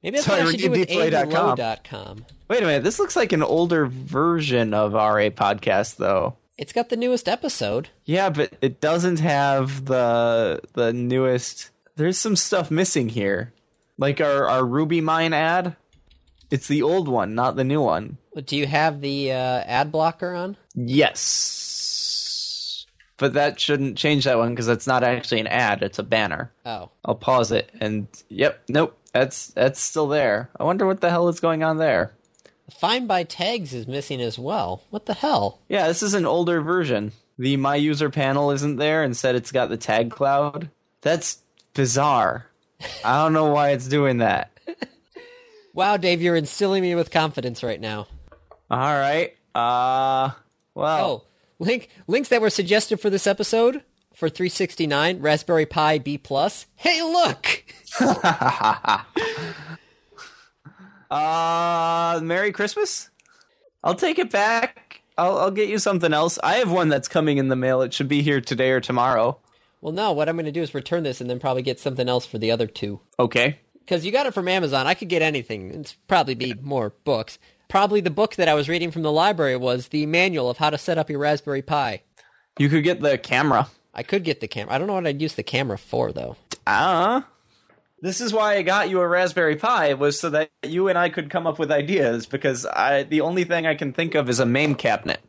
Speaker 1: maybe that's
Speaker 2: So
Speaker 1: what
Speaker 2: I
Speaker 1: I should do with
Speaker 2: reviewed dplay.com.
Speaker 1: aimlow.com.
Speaker 2: Wait a minute, this looks like an older version of RA podcast though.
Speaker 1: It's got the newest episode.
Speaker 2: Yeah, but it doesn't have the the newest. There's some stuff missing here, like our our Ruby Mine ad. It's the old one, not the new one.
Speaker 1: Do you have the uh, ad blocker on?
Speaker 2: Yes, but that shouldn't change that one because that's not actually an ad; it's a banner.
Speaker 1: Oh,
Speaker 2: I'll pause it and yep, nope, that's that's still there. I wonder what the hell is going on there.
Speaker 1: find by tags is missing as well. What the hell?
Speaker 2: Yeah, this is an older version. The my user panel isn't there. Instead, it's got the tag cloud. That's bizarre. I don't know why it's doing that.
Speaker 1: Wow, Dave, you're instilling me with confidence right now.
Speaker 2: All right. Uh, well,
Speaker 1: Oh, link links that were suggested for this episode for 369 Raspberry Pi B plus. Hey, look,
Speaker 2: uh, Merry Christmas. I'll take it back. I'll, I'll get you something else. I have one that's coming in the mail. It should be here today or tomorrow.
Speaker 1: Well, no, what I'm going to do is return this and then probably get something else for the other two.
Speaker 2: Okay.
Speaker 1: Because you got it from Amazon. I could get anything. It's probably be more books. Probably the book that I was reading from the library was the manual of how to set up your Raspberry Pi.
Speaker 2: You could get the camera.
Speaker 1: I could get the camera. I don't know what I'd use the camera for though.
Speaker 2: Ah. This is why I got you a Raspberry Pi was so that you and I could come up with ideas because I the only thing I can think of is a MAME cabinet.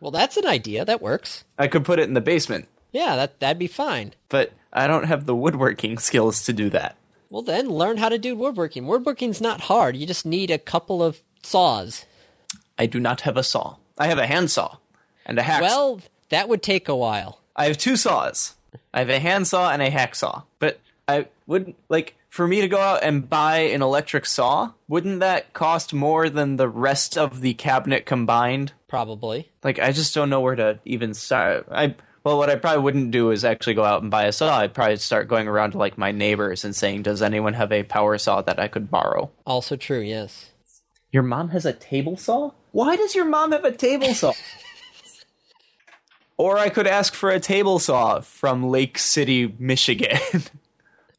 Speaker 1: Well, that's an idea. That works.
Speaker 2: I could put it in the basement,
Speaker 1: Yeah, that that'd be fine.
Speaker 2: but I don't have the woodworking [LAUGHS] skills to do that.
Speaker 1: Well, then learn how to do woodworking. Woodworking's not hard. You just need a couple of saws.
Speaker 2: I do not have a saw. I have a handsaw and a hacksaw.
Speaker 1: Well, that would take a while.
Speaker 2: I have two saws. I have a handsaw and a hacksaw. But I wouldn't like for me to go out and buy an electric saw, wouldn't that cost more than the rest of the cabinet combined?
Speaker 1: Probably.
Speaker 2: Like I just don't know where to even start. I well, what I probably wouldn't do is actually go out and buy a saw. I'd probably start going around to like my neighbors and saying, "Does anyone have a power saw that I could borrow?"
Speaker 1: Also true, yes.
Speaker 2: Your mom has a table saw? Why does your mom have a
Speaker 1: [LAUGHS]
Speaker 2: table saw? or I could ask for a table saw from Lake City, Michigan. [LAUGHS] I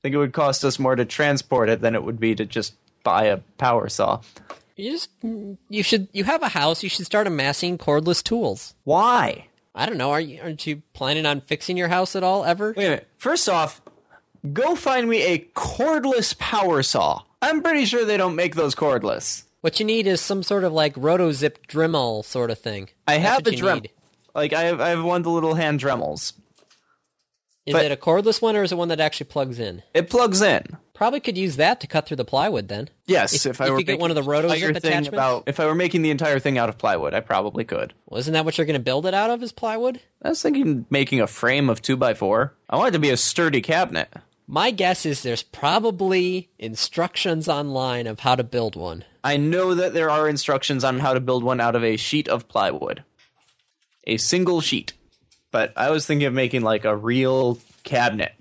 Speaker 2: think it would cost us more to transport it than it would be to just buy a power saw.
Speaker 1: You just you should you have a house, you should start amassing cordless tools.
Speaker 2: Why?
Speaker 1: I don't know. Are you aren't you planning on fixing your house at all ever?
Speaker 2: Wait a minute. First off, go find me a cordless power saw. I'm pretty sure they don't make those cordless.
Speaker 1: What you need is some sort of like rotozip Dremel sort of thing.
Speaker 2: I
Speaker 1: That's
Speaker 2: have
Speaker 1: what
Speaker 2: a
Speaker 1: you
Speaker 2: Dremel.
Speaker 1: need.
Speaker 2: Like I have, I have one of the little hand Dremels.
Speaker 1: Is
Speaker 2: But-
Speaker 1: it a cordless one or is it one that actually plugs in?
Speaker 2: It plugs in.
Speaker 1: Probably could use that to cut through the plywood then.
Speaker 2: Yes, if, I
Speaker 1: if
Speaker 2: were
Speaker 1: you get one of
Speaker 2: making
Speaker 1: the roto
Speaker 2: entire
Speaker 1: zip
Speaker 2: thing
Speaker 1: attachments?
Speaker 2: about- if I were making the entire thing out of plywood, I probably could.
Speaker 1: Well, isn't that what you're going to build it out of? Is plywood?
Speaker 2: I was thinking making a frame of two by four. I want it to be a sturdy cabinet.
Speaker 1: My guess is there's probably instructions online of how to build one.
Speaker 2: I know that there are instructions on how to build one out of a sheet of plywood, a single sheet. But I was thinking of making like a real cabinet.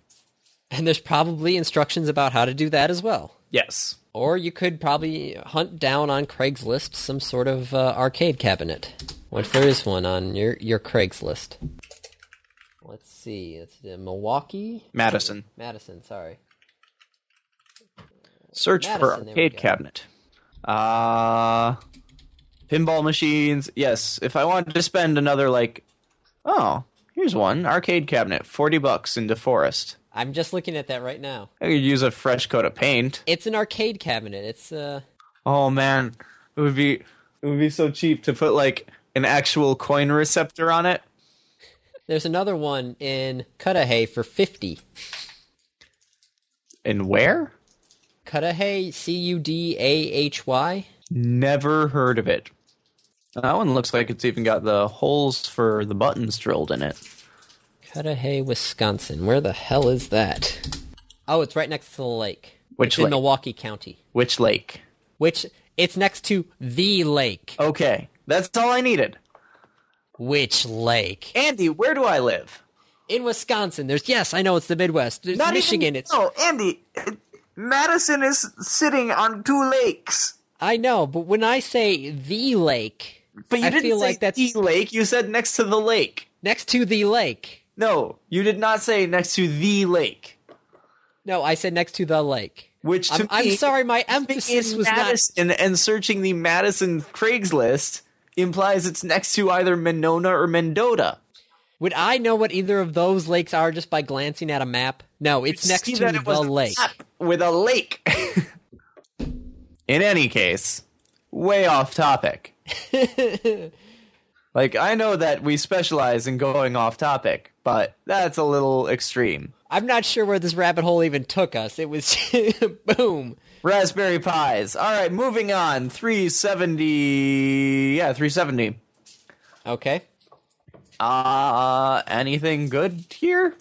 Speaker 1: And there's probably instructions about how to do that as well.
Speaker 2: Yes,
Speaker 1: Or you could probably hunt down on Craigslist some sort of uh, arcade cabinet. What if there is one on your, your Craigslist? Let's see. It's the Milwaukee
Speaker 2: Madison.
Speaker 1: Madison. Sorry.
Speaker 2: Search for
Speaker 1: Madison, there we
Speaker 2: arcade
Speaker 1: go.
Speaker 2: cabinet. Uh pinball machines. Yes, if I wanted to spend another like oh, here's one arcade cabinet, forty bucks in DeForest.
Speaker 1: I'm just looking at that right now.
Speaker 2: I could use a fresh coat of paint.
Speaker 1: It's an arcade cabinet. It's uh,
Speaker 2: Oh man, it would be it would be so cheap to put like an actual coin receptor on it.
Speaker 1: there's another one in Cudahy for fifty.
Speaker 2: And where?
Speaker 1: Cudahy, C U D A H Y.
Speaker 2: Never heard of it. That one looks like it's even got the holes for the buttons drilled in it.
Speaker 1: Cudahy, Wisconsin. Where the hell is that? Oh, it's right next to the lake.
Speaker 2: Which
Speaker 1: it's
Speaker 2: lake?
Speaker 1: in Milwaukee County.
Speaker 2: Which lake?
Speaker 1: Which it's next to the lake.
Speaker 2: Okay, that's all I needed.
Speaker 1: Which lake?
Speaker 2: Andy, where do I live?
Speaker 1: In Wisconsin. There's yes, I know it's the Midwest. There's
Speaker 2: Not
Speaker 1: Michigan.
Speaker 2: even-
Speaker 1: it's
Speaker 2: no, Andy. it- Madison is sitting on two lakes.
Speaker 1: I know, but when I say the lake,
Speaker 2: But you
Speaker 1: I
Speaker 2: didn't
Speaker 1: feel
Speaker 2: say
Speaker 1: like that's
Speaker 2: the lake. You said next to the lake.
Speaker 1: next to the lake.
Speaker 2: No, you did not say next to the lake.
Speaker 1: No, I said next to the lake.
Speaker 2: Which to
Speaker 1: I'm, I'm
Speaker 2: me,
Speaker 1: sorry, my
Speaker 2: being
Speaker 1: emphasis
Speaker 2: in
Speaker 1: was
Speaker 2: Madison and searching the Madison Craigslist implies it's next to either Monona or Mendota.
Speaker 1: not. Would I know what either of those lakes are just by glancing at a map? No, it's next
Speaker 2: See
Speaker 1: to
Speaker 2: that it was
Speaker 1: the lake.
Speaker 2: up with a lake. [LAUGHS] in any case, way off
Speaker 1: [LAUGHS]
Speaker 2: topic. like I know that we specialize in going off topic, but that's a little extreme.
Speaker 1: I'm not sure where this rabbit hole even took us. It was [LAUGHS] boom.
Speaker 2: Raspberry pies. All right, moving on. 370. Yeah, 370.
Speaker 1: Okay.
Speaker 2: Uh anything good here?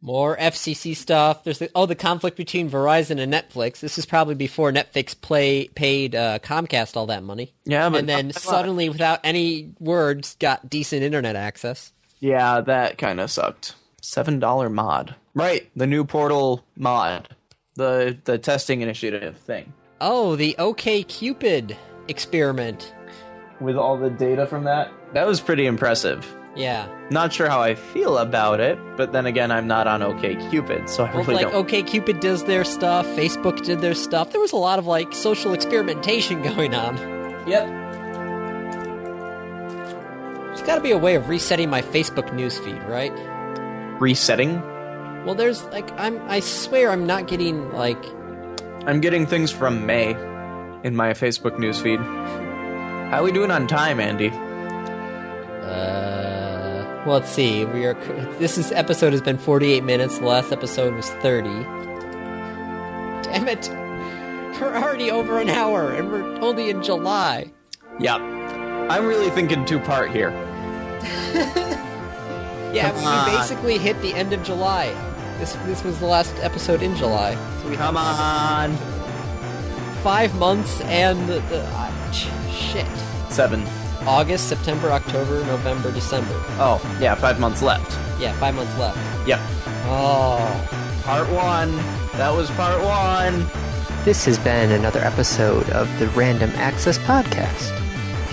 Speaker 1: More FCC stuff. There's the, oh the conflict between Verizon and Netflix. This is probably before Netflix play paid uh, Comcast all that money.
Speaker 2: Yeah, but
Speaker 1: and then suddenly, without any words, got decent internet access.
Speaker 2: Yeah, that kind of sucked. Seven dollar mod. Right, the new portal mod, the the testing initiative thing
Speaker 1: Oh, the OK Cupid experiment.
Speaker 2: with all the data from that. That was pretty impressive.
Speaker 1: Yeah.
Speaker 2: Not sure how I feel about it, but then again, I'm not on OKCupid, so I
Speaker 1: Both
Speaker 2: really
Speaker 1: like
Speaker 2: don't.
Speaker 1: OK Cupid does their stuff, Facebook did their stuff. There was a lot of like social experimentation [LAUGHS] going on.
Speaker 2: oh, Yep.
Speaker 1: There's got to be a way of resetting my Facebook newsfeed, right?
Speaker 2: Resetting.
Speaker 1: Well, there's like I'm I swear I'm not getting like
Speaker 2: I'm getting things from May in my Facebook newsfeed. How we doing on time, Andy?
Speaker 1: uh well, let's see. We are this is episode has been 48 minutes. The last episode was 30. Damn it. We're already over an hour and we're only in July.
Speaker 2: Yeah. I'm really thinking two part here.
Speaker 1: Yeah,
Speaker 2: Come
Speaker 1: we
Speaker 2: on.
Speaker 1: basically hit the end of July. This this was the last episode in July. So we
Speaker 2: Come on.
Speaker 1: five months and the, the uh, ch- shit.
Speaker 2: Seven.
Speaker 1: August, September, October, November, December.
Speaker 2: Oh, yeah, five months left.
Speaker 1: Yeah, five months left.
Speaker 2: Yep.
Speaker 1: Oh.
Speaker 2: Part one. That was part one.
Speaker 1: This has been another episode of the Random Access Podcast. If